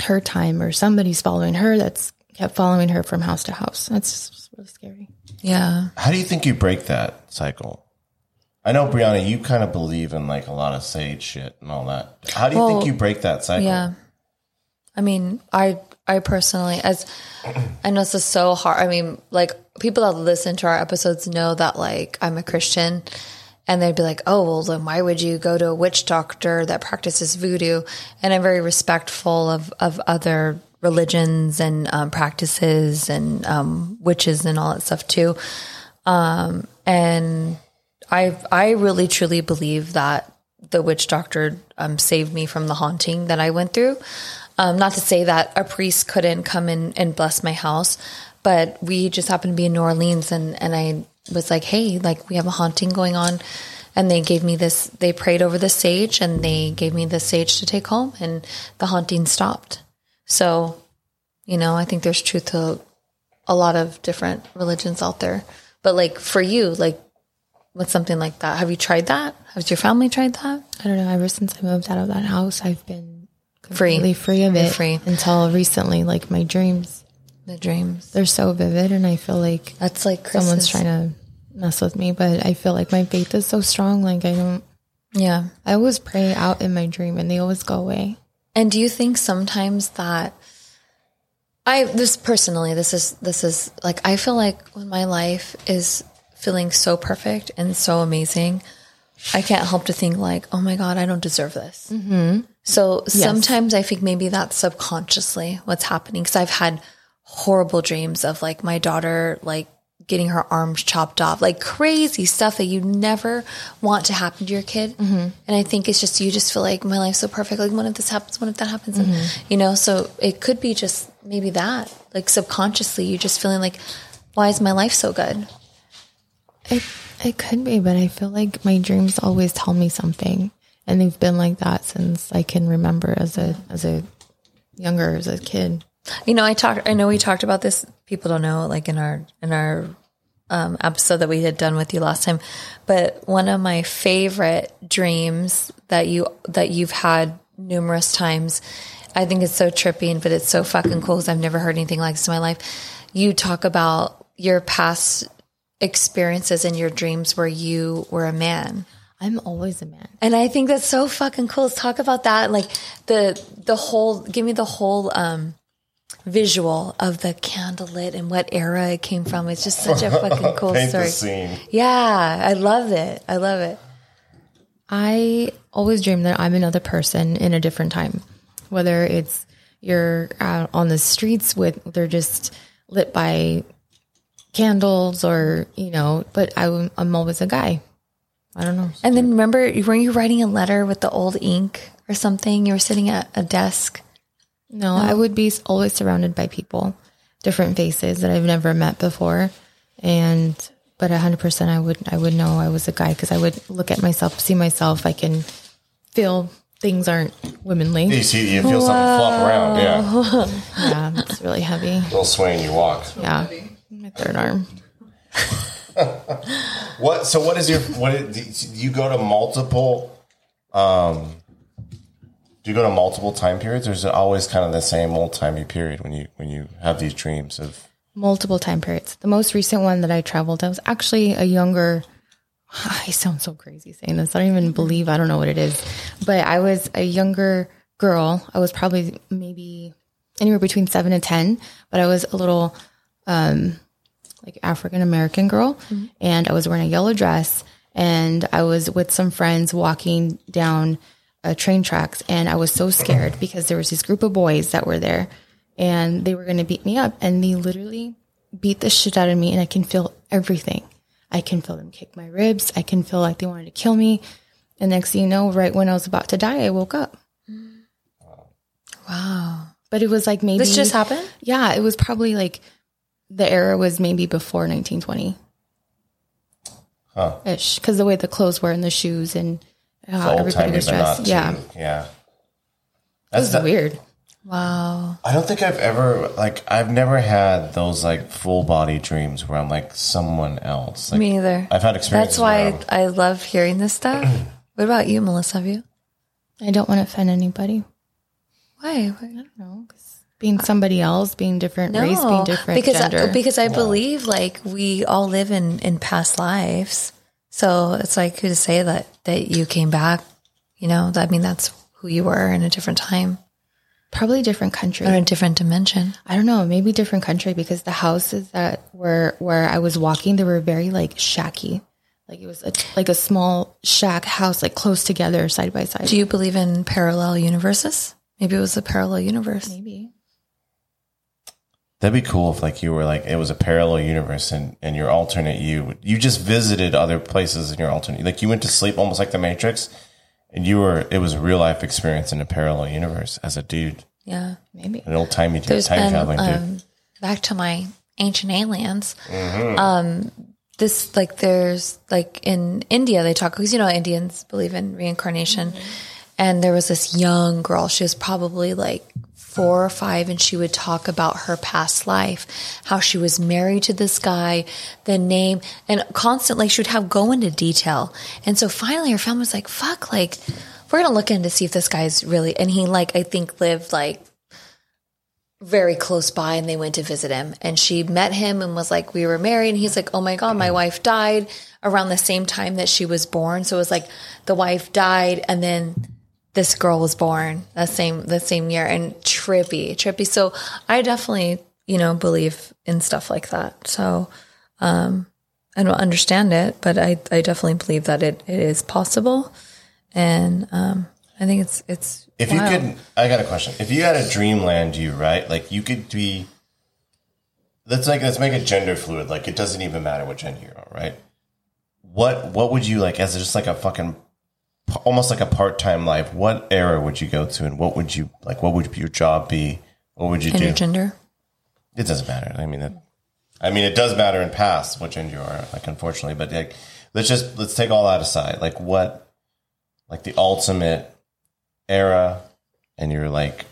Speaker 4: her time or somebody's following her. That's kept following her from house to house. That's just really scary.
Speaker 1: yeah
Speaker 2: How do you think you break that cycle? I know, Brianna, you kind of believe in like a lot of sage shit and all that. How do you think
Speaker 1: Well,
Speaker 2: you break that cycle?
Speaker 1: Yeah. I mean, I I personally as I know this is so hard. I mean, like people that listen to our episodes know that like I'm a Christian and they'd be like, "Oh, well, then why would you go to a witch doctor that practices voodoo?" And I'm very respectful of of other religions and um, practices and um, witches and all that stuff too. Um, and I I really truly believe that the witch doctor um, saved me from the haunting that I went through. Um, not to say that a priest couldn't come in and bless my house, but we just happened to be in New Orleans, and and I was like, hey, like we have a haunting going on, and they gave me this. They prayed over the sage, and they gave me the sage to take home, and the haunting stopped. So, you know, I think there's truth to a lot of different religions out there. But like for you, like with something like that. Have you tried that? Has your family tried that?
Speaker 4: I don't know. Ever since I moved out of that house, I've been
Speaker 1: Free.
Speaker 4: completely free of
Speaker 1: You're
Speaker 4: it
Speaker 1: free.
Speaker 4: until recently. Like my dreams,
Speaker 1: The dreams.
Speaker 4: they're so vivid, and I feel like
Speaker 1: That's like Chris's,
Speaker 4: someone's trying to mess with me, but I feel like my faith is so strong. Like I don't,
Speaker 1: Yeah.
Speaker 4: I always pray out in my dream and they always go away.
Speaker 1: And do you think sometimes that I this personally this is this is like I feel like when my life is feeling so perfect and so amazing, I can't help to think like, oh my god, I don't deserve this. Mm-hmm. So sometimes I think maybe that's subconsciously what's happening because I've had horrible dreams of like my daughter like getting her arms chopped off, like crazy stuff that you never want to happen to your kid. And I think it's just you just feel like my life's so perfect. Like what if this happens? What if that happens? And, you know, so it could be just maybe that, like subconsciously, you just feeling like, why is my life so good?
Speaker 4: It, it could be, but I feel like my dreams always tell me something, and they've been like that since I can remember as a as a younger as a kid.
Speaker 1: You know, I talked. I know we talked about this. People don't know, like in our in our um, episode that we had done with you last time. But one of my favorite dreams that you that you've had numerous times. I think it's so trippy, and but it's so fucking cool because I've never heard anything like this in my life. You talk about your past experiences and your dreams where you were a man.
Speaker 4: I'm always a man.
Speaker 1: And I think that's so fucking cool. Let's talk about that. Like the the whole give me the whole um visual of the candle lit and what era it came from. It's just such a fucking cool
Speaker 2: Paint the
Speaker 1: story.
Speaker 2: scene.
Speaker 1: Yeah, I love it. I love it.
Speaker 4: I always dream that I'm another person in a different time, whether it's you're out on the streets with they're just lit by candles or you know. But I'm, I'm always a guy. I don't know.
Speaker 1: And then remember were you writing a letter with the old ink or something? You were sitting at a desk.
Speaker 4: No, I would be s- always surrounded by people, different faces that I've never met before, and but hundred percent, I would I would know I was a guy because I would look at myself, see myself, I can feel things aren't
Speaker 2: You
Speaker 4: womanly.
Speaker 2: see, you feel something flop around. Yeah,
Speaker 4: Yeah, it's really heavy.
Speaker 2: little sway and you walk.
Speaker 4: Yeah, my third arm.
Speaker 2: What? So what is your? What is, do you go to multiple? Um, do you go to multiple time periods, or is it always kind of the same old timey period when you when you have these dreams of?
Speaker 4: multiple time periods. The most recent one that I traveled, I was actually a younger. I sound so crazy saying this. I don't even believe. I don't know what it is, but I was a younger girl. I was probably maybe anywhere between seven and ten, but I was a little um, like African American girl,
Speaker 1: Mm-hmm.
Speaker 4: and I was wearing a yellow dress, and I was with some friends walking down uh, train tracks, and I was so scared because there was this group of boys that were there, and they were going to beat me up, and they literally beat the shit out of me, and I can feel everything. I can feel them kick my ribs. I can feel like they wanted to kill me. And next thing you know, right when I was about to die, I woke up.
Speaker 1: Wow.
Speaker 4: But it was like maybe
Speaker 1: Mm. This just happened?
Speaker 4: Yeah, it was probably like the era was maybe before 1920
Speaker 2: Huh.
Speaker 4: ish, because the way the clothes were and the shoes and how
Speaker 2: the
Speaker 4: Uh, everybody
Speaker 2: old-timey,
Speaker 4: was
Speaker 2: but not
Speaker 4: dressed. Yeah,
Speaker 2: too- yeah.
Speaker 4: it was
Speaker 2: the-
Speaker 4: weird.
Speaker 1: Wow.
Speaker 2: I don't think I've ever like I've never had those like full body dreams where I'm like someone else. Like,
Speaker 1: Me either.
Speaker 2: I've had experiences.
Speaker 1: That's why
Speaker 2: where
Speaker 1: I love hearing this stuff. what about you, Melissa? Have you?
Speaker 4: I don't want to offend anybody.
Speaker 1: Why?
Speaker 4: I don't know, 'cause being somebody else, being different race, being different
Speaker 1: because
Speaker 4: gender.
Speaker 1: I, because I believe like we all live in in past lives, so it's like who to say that that you came back, you know? That- I mean, that's who you were in a different time
Speaker 4: probably different country.
Speaker 1: or a different dimension.
Speaker 4: I don't know, maybe different country because the houses that were where I was walking, they were very like shacky. Like it was a, like a small shack house, like close together, side by side.
Speaker 1: Do you believe in parallel universes? Maybe it was a parallel universe.
Speaker 4: Maybe.
Speaker 2: that'd be cool if like you were like it was a parallel universe and and your alternate you you just visited other places in your alternate like you went to sleep almost like the Matrix, and you were it was a real life experience in a parallel universe as a dude,
Speaker 1: Yeah.
Speaker 4: Maybe.
Speaker 2: an old timey dude,
Speaker 1: There's
Speaker 2: time
Speaker 1: been
Speaker 2: traveling dude.
Speaker 1: um, back to my ancient aliens. Um, this like there's like in India they talk because you know Indians believe in reincarnation, and there was this young girl. She was probably like four or five, and she would talk about her past life, how she was married to this guy, the name, and constantly she would have go into detail. And so finally, her family was like, "Fuck!" Like we're gonna look in to see if this guy's really. And he like I think lived like very close by and they went to visit him and she met him and was like we were married and he's like oh my god my
Speaker 2: Mm-hmm.
Speaker 1: wife died around the same time that she was born so it was like the wife died and then this girl was born that same the same year and trippy trippy so i definitely you know believe in stuff like that so um i don't understand it but i i definitely believe that it, it is possible and um i think it's it's
Speaker 2: If
Speaker 1: wild.
Speaker 2: you could, I got a question. If you had a dreamland, you right, like you could be. Let's like let's make it gender fluid. Like it doesn't even matter what gender you are, right? What what would you like as just like a fucking, almost like a part time life? What era would you go to, and what would you like? What would your job be? What would you
Speaker 1: and your
Speaker 2: do?
Speaker 1: gender
Speaker 2: It doesn't matter. I mean, it, I mean, it does matter in past what gender you are, like unfortunately. But like, let's just let's take all that aside. Like what, like the ultimate era, and you're like,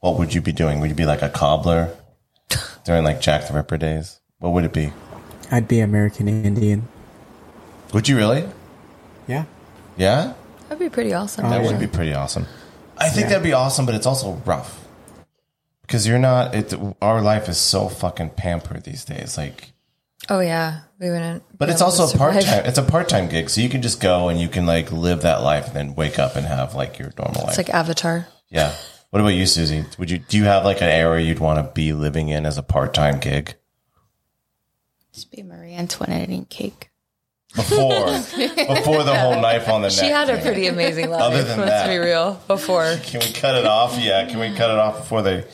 Speaker 2: what would you be doing? Would you be like a cobbler during like Jack the Ripper days? What would it be?
Speaker 7: I'd be American Indian.
Speaker 2: Would you really?
Speaker 7: Yeah.
Speaker 2: Yeah,
Speaker 1: that'd be pretty awesome
Speaker 2: that
Speaker 1: actually.
Speaker 2: would be pretty awesome. I think that'd be awesome, but it's also rough because you're not. It, our life is so fucking pampered these days. Like.
Speaker 1: Oh yeah, we wouldn't.
Speaker 2: But
Speaker 1: be
Speaker 2: it's
Speaker 1: able to
Speaker 2: also a part
Speaker 1: survive.
Speaker 2: time. It's a part time gig, so you can just go and you can like live that life, and then wake up and have like your normal life.
Speaker 1: It's like Avatar.
Speaker 2: yeah. What about you, Susie? Would you do you have like an era you'd want to be living in as a part time gig
Speaker 4: Just be Marie Antoinette eating cake.
Speaker 2: before before the whole knife on the neck?
Speaker 1: She had a
Speaker 2: thing?
Speaker 1: pretty amazing life.
Speaker 2: Other than
Speaker 1: let's
Speaker 2: that.
Speaker 1: be real. Before
Speaker 2: Can we cut it off? Yeah. Can we cut it off before they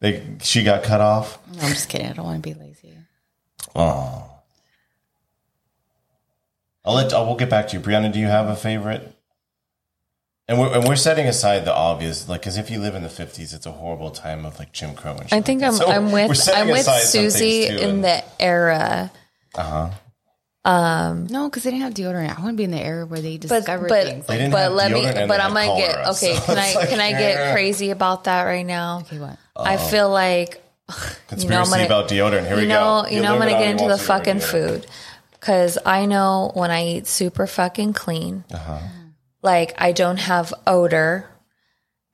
Speaker 2: they she got cut off?
Speaker 4: No, I'm just kidding. I don't want to be lazy.
Speaker 2: Oh. I'll let. i we'll get back to you, Brianna. Do you have a favorite? And we're and we're setting aside the obvious, like because if you live in the fifties, it's a horrible time of like Jim Crow and. Shit
Speaker 1: I think
Speaker 2: like
Speaker 1: I'm
Speaker 2: that. So
Speaker 1: I'm
Speaker 2: we're
Speaker 1: with
Speaker 2: setting
Speaker 1: I'm with
Speaker 2: aside some things,
Speaker 1: Susie
Speaker 2: too,
Speaker 1: in
Speaker 2: and- uh-huh.
Speaker 1: the era.
Speaker 4: No, because they didn't have deodorant. I want to be in the era where they
Speaker 1: But
Speaker 4: discover
Speaker 1: but
Speaker 4: things.
Speaker 2: They didn't
Speaker 1: but
Speaker 2: have
Speaker 1: let me
Speaker 2: deodorant and
Speaker 1: but
Speaker 2: they
Speaker 1: I
Speaker 2: had
Speaker 1: might get
Speaker 2: cholera,
Speaker 1: okay,
Speaker 2: so
Speaker 1: can I
Speaker 2: it's like, Oh.
Speaker 1: can I get
Speaker 2: eh.
Speaker 1: crazy about that right now?
Speaker 4: okay, what?
Speaker 1: I feel like you
Speaker 2: conspiracy
Speaker 1: know, I'm gonna-
Speaker 2: about deodorant. Here we
Speaker 1: you know,
Speaker 2: go.
Speaker 1: You
Speaker 2: You'll
Speaker 1: know, I'm gonna
Speaker 2: learn it all
Speaker 1: get
Speaker 2: you
Speaker 1: into
Speaker 2: want
Speaker 1: the
Speaker 2: to learn
Speaker 1: fucking
Speaker 2: deodorant.
Speaker 1: food because I know when I eat super fucking clean,
Speaker 2: Uh-huh.
Speaker 1: like I don't have odor,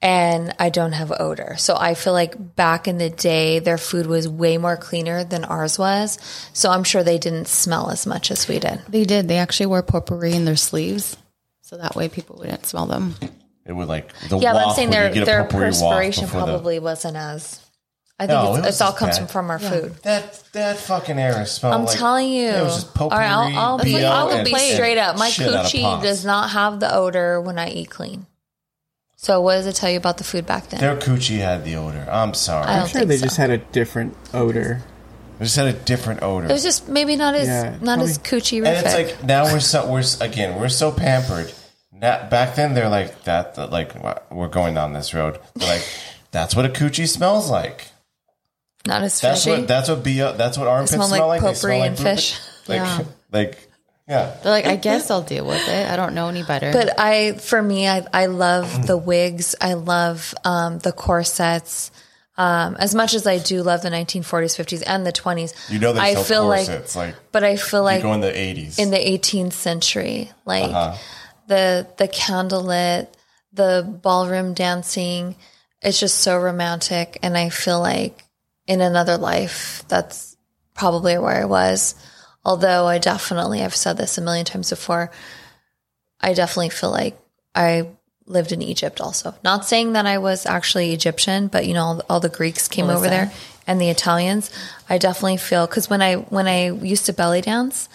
Speaker 1: and I don't have odor. So I feel like back in the day, their food was way more cleaner than ours was. So I'm sure they didn't smell as much as we did.
Speaker 4: They did. They actually wore potpourri in their sleeves, so that way people wouldn't smell them.
Speaker 2: It would like the
Speaker 1: Yeah, but I'm
Speaker 2: waft,
Speaker 1: saying
Speaker 2: when you
Speaker 1: their
Speaker 2: get a
Speaker 1: their
Speaker 2: potpourri waft
Speaker 1: perspiration
Speaker 2: before the-
Speaker 1: probably wasn't as. I think
Speaker 2: No, it
Speaker 1: it's,
Speaker 2: was
Speaker 1: it's all
Speaker 2: just
Speaker 1: comes
Speaker 2: bad.
Speaker 1: from our food.
Speaker 2: That that fucking air smelled.
Speaker 1: I'm
Speaker 2: Oh, like-
Speaker 1: telling you.
Speaker 2: it was just potpourri.
Speaker 1: All right, I'll, I'll, be,
Speaker 2: BO,
Speaker 1: I'll
Speaker 2: and-
Speaker 1: be
Speaker 2: and
Speaker 1: straight up. My
Speaker 2: shit out of
Speaker 1: coochie
Speaker 2: pots.
Speaker 1: does not have the odor when I eat clean. So what does it tell you about the food back then?
Speaker 2: Their coochie had the odor. I'm sorry.
Speaker 1: I
Speaker 7: I'm
Speaker 1: don't
Speaker 7: sure
Speaker 1: think
Speaker 7: they
Speaker 1: so.
Speaker 7: just had a different odor.
Speaker 2: It just had a different odor.
Speaker 1: it was just maybe not as
Speaker 7: Yeah,
Speaker 1: not as
Speaker 7: probably.
Speaker 1: coochie
Speaker 2: and it's
Speaker 1: rific.
Speaker 2: like now we're so we're s- again we're so pampered. Now, back then they're like that, that like wha- we're going down this road. They're like that's what a coochie smells like.
Speaker 1: Not as
Speaker 2: That's
Speaker 1: fishy.
Speaker 2: what that's what be that's what armpits smell,
Speaker 1: smell like
Speaker 2: like. They smell
Speaker 1: potpourri
Speaker 2: like
Speaker 1: and
Speaker 2: poop.
Speaker 1: fish.
Speaker 2: Like
Speaker 4: Yeah.
Speaker 2: like yeah.
Speaker 4: They're like, I guess I'll deal with it. I don't know any better.
Speaker 1: but I, for me, I, I
Speaker 2: Mm.
Speaker 1: love the wigs. I love um, the corsets. Um, as much as I do love the 1940s, 50s, and the 20s,
Speaker 2: You know they
Speaker 1: I
Speaker 2: sell
Speaker 1: feel
Speaker 2: corsets, like,
Speaker 1: but I feel like
Speaker 2: Like, you go in the eighties.
Speaker 1: in the 18th century like the the candlelit the ballroom dancing it's just so romantic and i feel like in another life that's probably where i was although i definitely i've said this a million times before i definitely feel like i lived in egypt also not saying that i was actually egyptian but you know all, all the greeks came over there and the italians i definitely feel because when i when i used to belly dance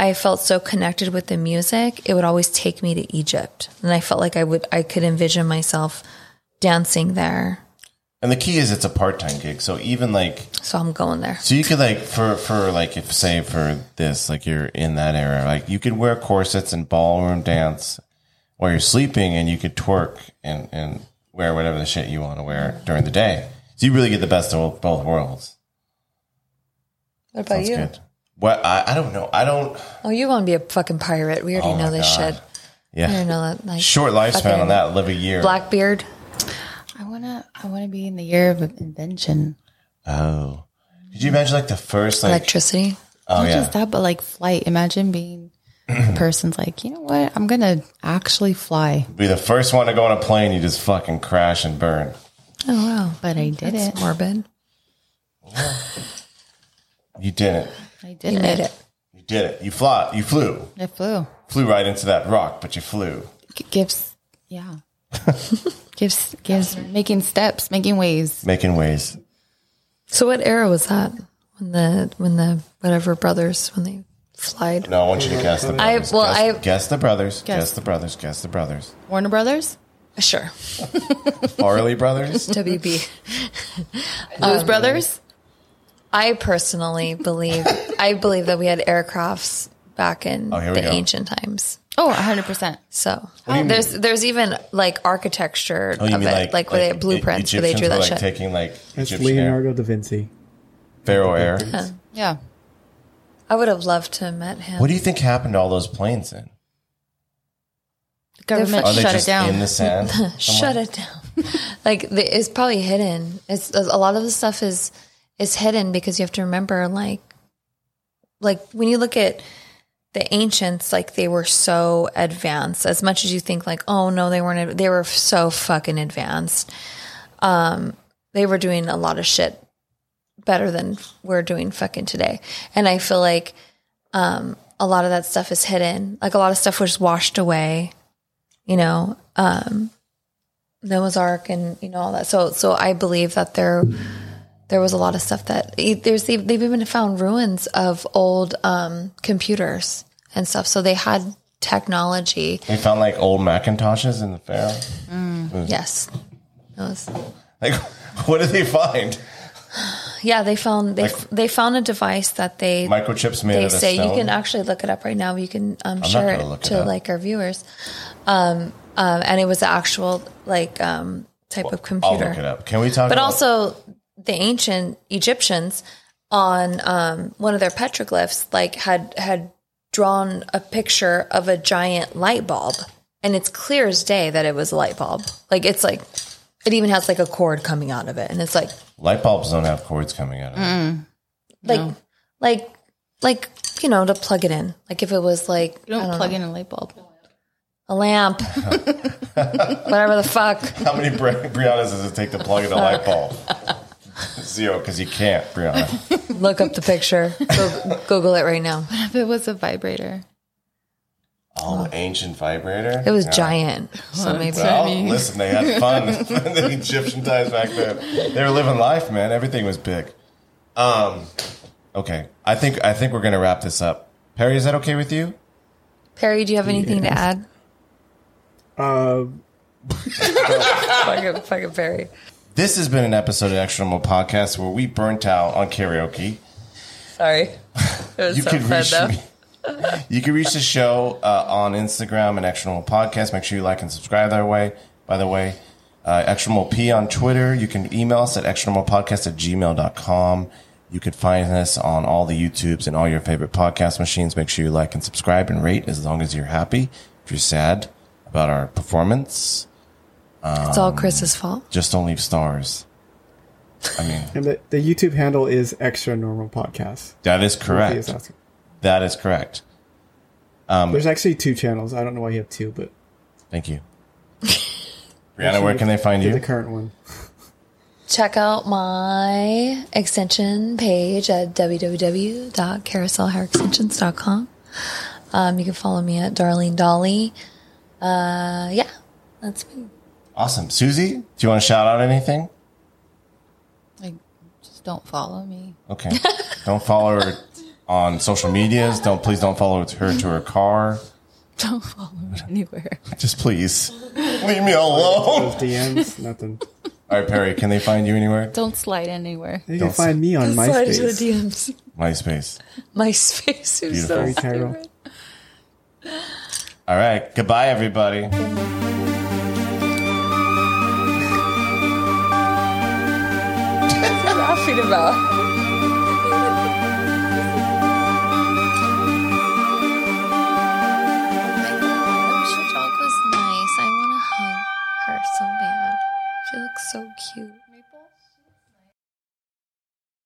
Speaker 1: I felt so connected with the music. It would always take me to Egypt, and I felt like I would I could envision myself dancing there.
Speaker 2: and the key is it's a part time gig. So even like
Speaker 1: So I'm going there.
Speaker 2: So you could like for for like if say for this like you're in that era like you could wear corsets and ballroom dance while you're sleeping and you could twerk and and wear whatever the shit you want to wear during the day. So you really get the best of both worlds.
Speaker 1: What about
Speaker 2: That's
Speaker 1: you?
Speaker 2: good. Well, I, I don't know. I don't.
Speaker 1: Oh, you want to be a fucking pirate? We already
Speaker 2: Oh
Speaker 1: know
Speaker 2: my
Speaker 1: this
Speaker 2: God.
Speaker 1: shit. I don't
Speaker 2: Yeah,
Speaker 1: know that. Like
Speaker 2: short lifespan
Speaker 1: fucking
Speaker 2: on that. Live a year.
Speaker 1: Blackbeard.
Speaker 4: I wanna, I wanna be in the year of invention.
Speaker 2: Oh, could you imagine like the first like?
Speaker 1: Electricity.
Speaker 2: oh
Speaker 4: Not
Speaker 2: yeah.
Speaker 4: just that, but like flight. Imagine being a person's like, you know what? I'm gonna actually fly.
Speaker 2: Be the first one to go on a plane. You just fucking crash and burn.
Speaker 1: Oh wow,
Speaker 4: But I did
Speaker 1: that's
Speaker 4: it.
Speaker 1: morbid.
Speaker 2: You didn't.
Speaker 4: I did
Speaker 1: You
Speaker 4: it.
Speaker 1: made it.
Speaker 2: You did it. You fly. You flew.
Speaker 4: I flew.
Speaker 2: Flew right into that rock, but you flew.
Speaker 4: G- gives, yeah. gives, gives, making steps, making waves.
Speaker 2: Making waves.
Speaker 1: So what era was that? When the when the whatever brothers when they flied?
Speaker 2: No, I want you to guess the brothers.
Speaker 1: well,
Speaker 2: guess,
Speaker 1: I-
Speaker 2: guess the brothers. Guess.
Speaker 4: Guess.
Speaker 2: the brothers. Guess the brothers.
Speaker 4: Warner Brothers?
Speaker 1: Sure,
Speaker 2: Farley brothers.
Speaker 1: WB.
Speaker 2: Um,
Speaker 4: Blues Brothers?
Speaker 1: I personally believe I believe that we had aircrafts back in
Speaker 2: Oh, here we
Speaker 1: the
Speaker 2: go.
Speaker 1: ancient times.
Speaker 4: Oh, 100%.
Speaker 1: So um, there's there's even like architecture
Speaker 2: Oh, you
Speaker 1: of
Speaker 2: mean
Speaker 1: it,
Speaker 2: like E-
Speaker 1: like, where they blueprints where they
Speaker 2: Egyptians
Speaker 1: drew that
Speaker 2: were,
Speaker 1: shit.
Speaker 2: like taking like
Speaker 7: That's
Speaker 2: Egyptian Leonardo.
Speaker 7: Leonardo da Vinci.
Speaker 2: Pharaoh air.
Speaker 4: Yeah.
Speaker 1: I would have loved to have met him.
Speaker 2: What do you think happened to all those planes then?
Speaker 4: The government
Speaker 2: Are they
Speaker 4: shut it
Speaker 2: just in
Speaker 4: down.
Speaker 2: the sand?
Speaker 1: Shut it down. like the, it's probably hidden. It's a lot of the stuff is is hidden because you have to remember like like when you look at the ancients like they were so advanced as much as you think like oh no they weren't they were so fucking advanced um they were doing a lot of shit better than we're doing fucking today and i feel like um a lot of that stuff is hidden like a lot of stuff was washed away you know um noah's ark and you know all that so so i believe that there there was a lot of stuff that e- there's they've they've even found ruins of old um computers and stuff so they had technology
Speaker 2: They found like old Macintoshes in the Pharaoh. Hmm.
Speaker 1: yes That was-
Speaker 2: Like, what did they find?
Speaker 1: yeah they found they f they found a device that they
Speaker 2: Microchips made out
Speaker 1: they
Speaker 2: of
Speaker 1: say
Speaker 2: stone.
Speaker 1: you can actually look it up right now. You can um,
Speaker 2: not
Speaker 1: share
Speaker 2: gonna
Speaker 1: it
Speaker 2: look it
Speaker 1: to
Speaker 2: up.
Speaker 1: like our viewers. Um, um, and it was the actual like um, type of
Speaker 2: I'll
Speaker 1: computer.
Speaker 2: look it up. Can we talk?
Speaker 1: But
Speaker 2: about-
Speaker 1: also the ancient Egyptians on um, one of their petroglyphs like had had drawn a picture of a giant light bulb and it's clear as day that it was a light bulb. Like it's like it even has like a cord coming out of it and it's like
Speaker 2: light bulbs don't have cords coming
Speaker 1: Mm.
Speaker 2: out of them.
Speaker 1: like like like you know to plug it in like if it was like
Speaker 4: You don't, plug in a light bulb.
Speaker 1: a lamp whatever the fuck
Speaker 2: How many Bri- Briannas does it take to plug in a light bulb? Zero, because you can't, Brianna.
Speaker 1: look up the picture Go- google it right now
Speaker 4: If it was a vibrator.
Speaker 2: Oh, ancient vibrator.
Speaker 1: it was giant so maybe
Speaker 2: Well, listen, they had fun. the Egyptian times back then. They were living life, man. Everything was big. Um, okay, I think I think we're gonna wrap this up. Perry, is that okay with you?
Speaker 1: perry do you have anything to add
Speaker 7: Uh,
Speaker 1: fucking, fucking perry
Speaker 2: This has been an episode of Extra Normal Podcast where we burnt out on karaoke.
Speaker 1: sorry it was
Speaker 2: you
Speaker 1: so
Speaker 2: can
Speaker 1: fun
Speaker 2: reach
Speaker 1: though
Speaker 2: me. You can reach the show uh, on Instagram and Extra Normal Podcast. Make sure you like and subscribe that way. By the way, uh, Extra Normal P on Twitter. You can email us at extra normal podcast at gmail.com. You can find us on all the YouTubes and all your favorite podcast machines. Make sure you like and subscribe and rate as long as you're happy. If you're sad about our performance,
Speaker 1: it's all chris's fault
Speaker 2: just don't leave stars. I mean,
Speaker 7: and the, the YouTube handle is Extra Normal Podcast.
Speaker 2: that is
Speaker 7: He is
Speaker 2: correct.
Speaker 7: asking.
Speaker 2: That is correct.
Speaker 7: There's actually two channels. I don't know why you have two, but
Speaker 2: Thank you. Brianna, where can they find
Speaker 7: the
Speaker 2: you?
Speaker 7: current one.
Speaker 1: check out my extension page at www.carouselhairextensions.com. Um, you can follow me at Darlene Dolly. Uh, yeah, that's me.
Speaker 2: Awesome. Susie, do you want to shout out anything?
Speaker 4: Like, just don't follow me.
Speaker 2: Okay. don't follow her on social medias. Don't please don't follow her to her car.
Speaker 4: Don't follow me anywhere.
Speaker 2: Just please. Leave me alone.
Speaker 7: Those DMs, nothing.
Speaker 2: All right, Perry, can they find you anywhere?
Speaker 4: Don't slide anywhere.
Speaker 7: You
Speaker 2: Don't
Speaker 7: can find me on
Speaker 1: Slide into the
Speaker 7: MySpace.
Speaker 1: DMs.
Speaker 2: MySpace.
Speaker 1: MySpace. You're so
Speaker 2: Beautiful.
Speaker 7: Cairo.
Speaker 2: All right. Goodbye, everybody.
Speaker 1: laughing about.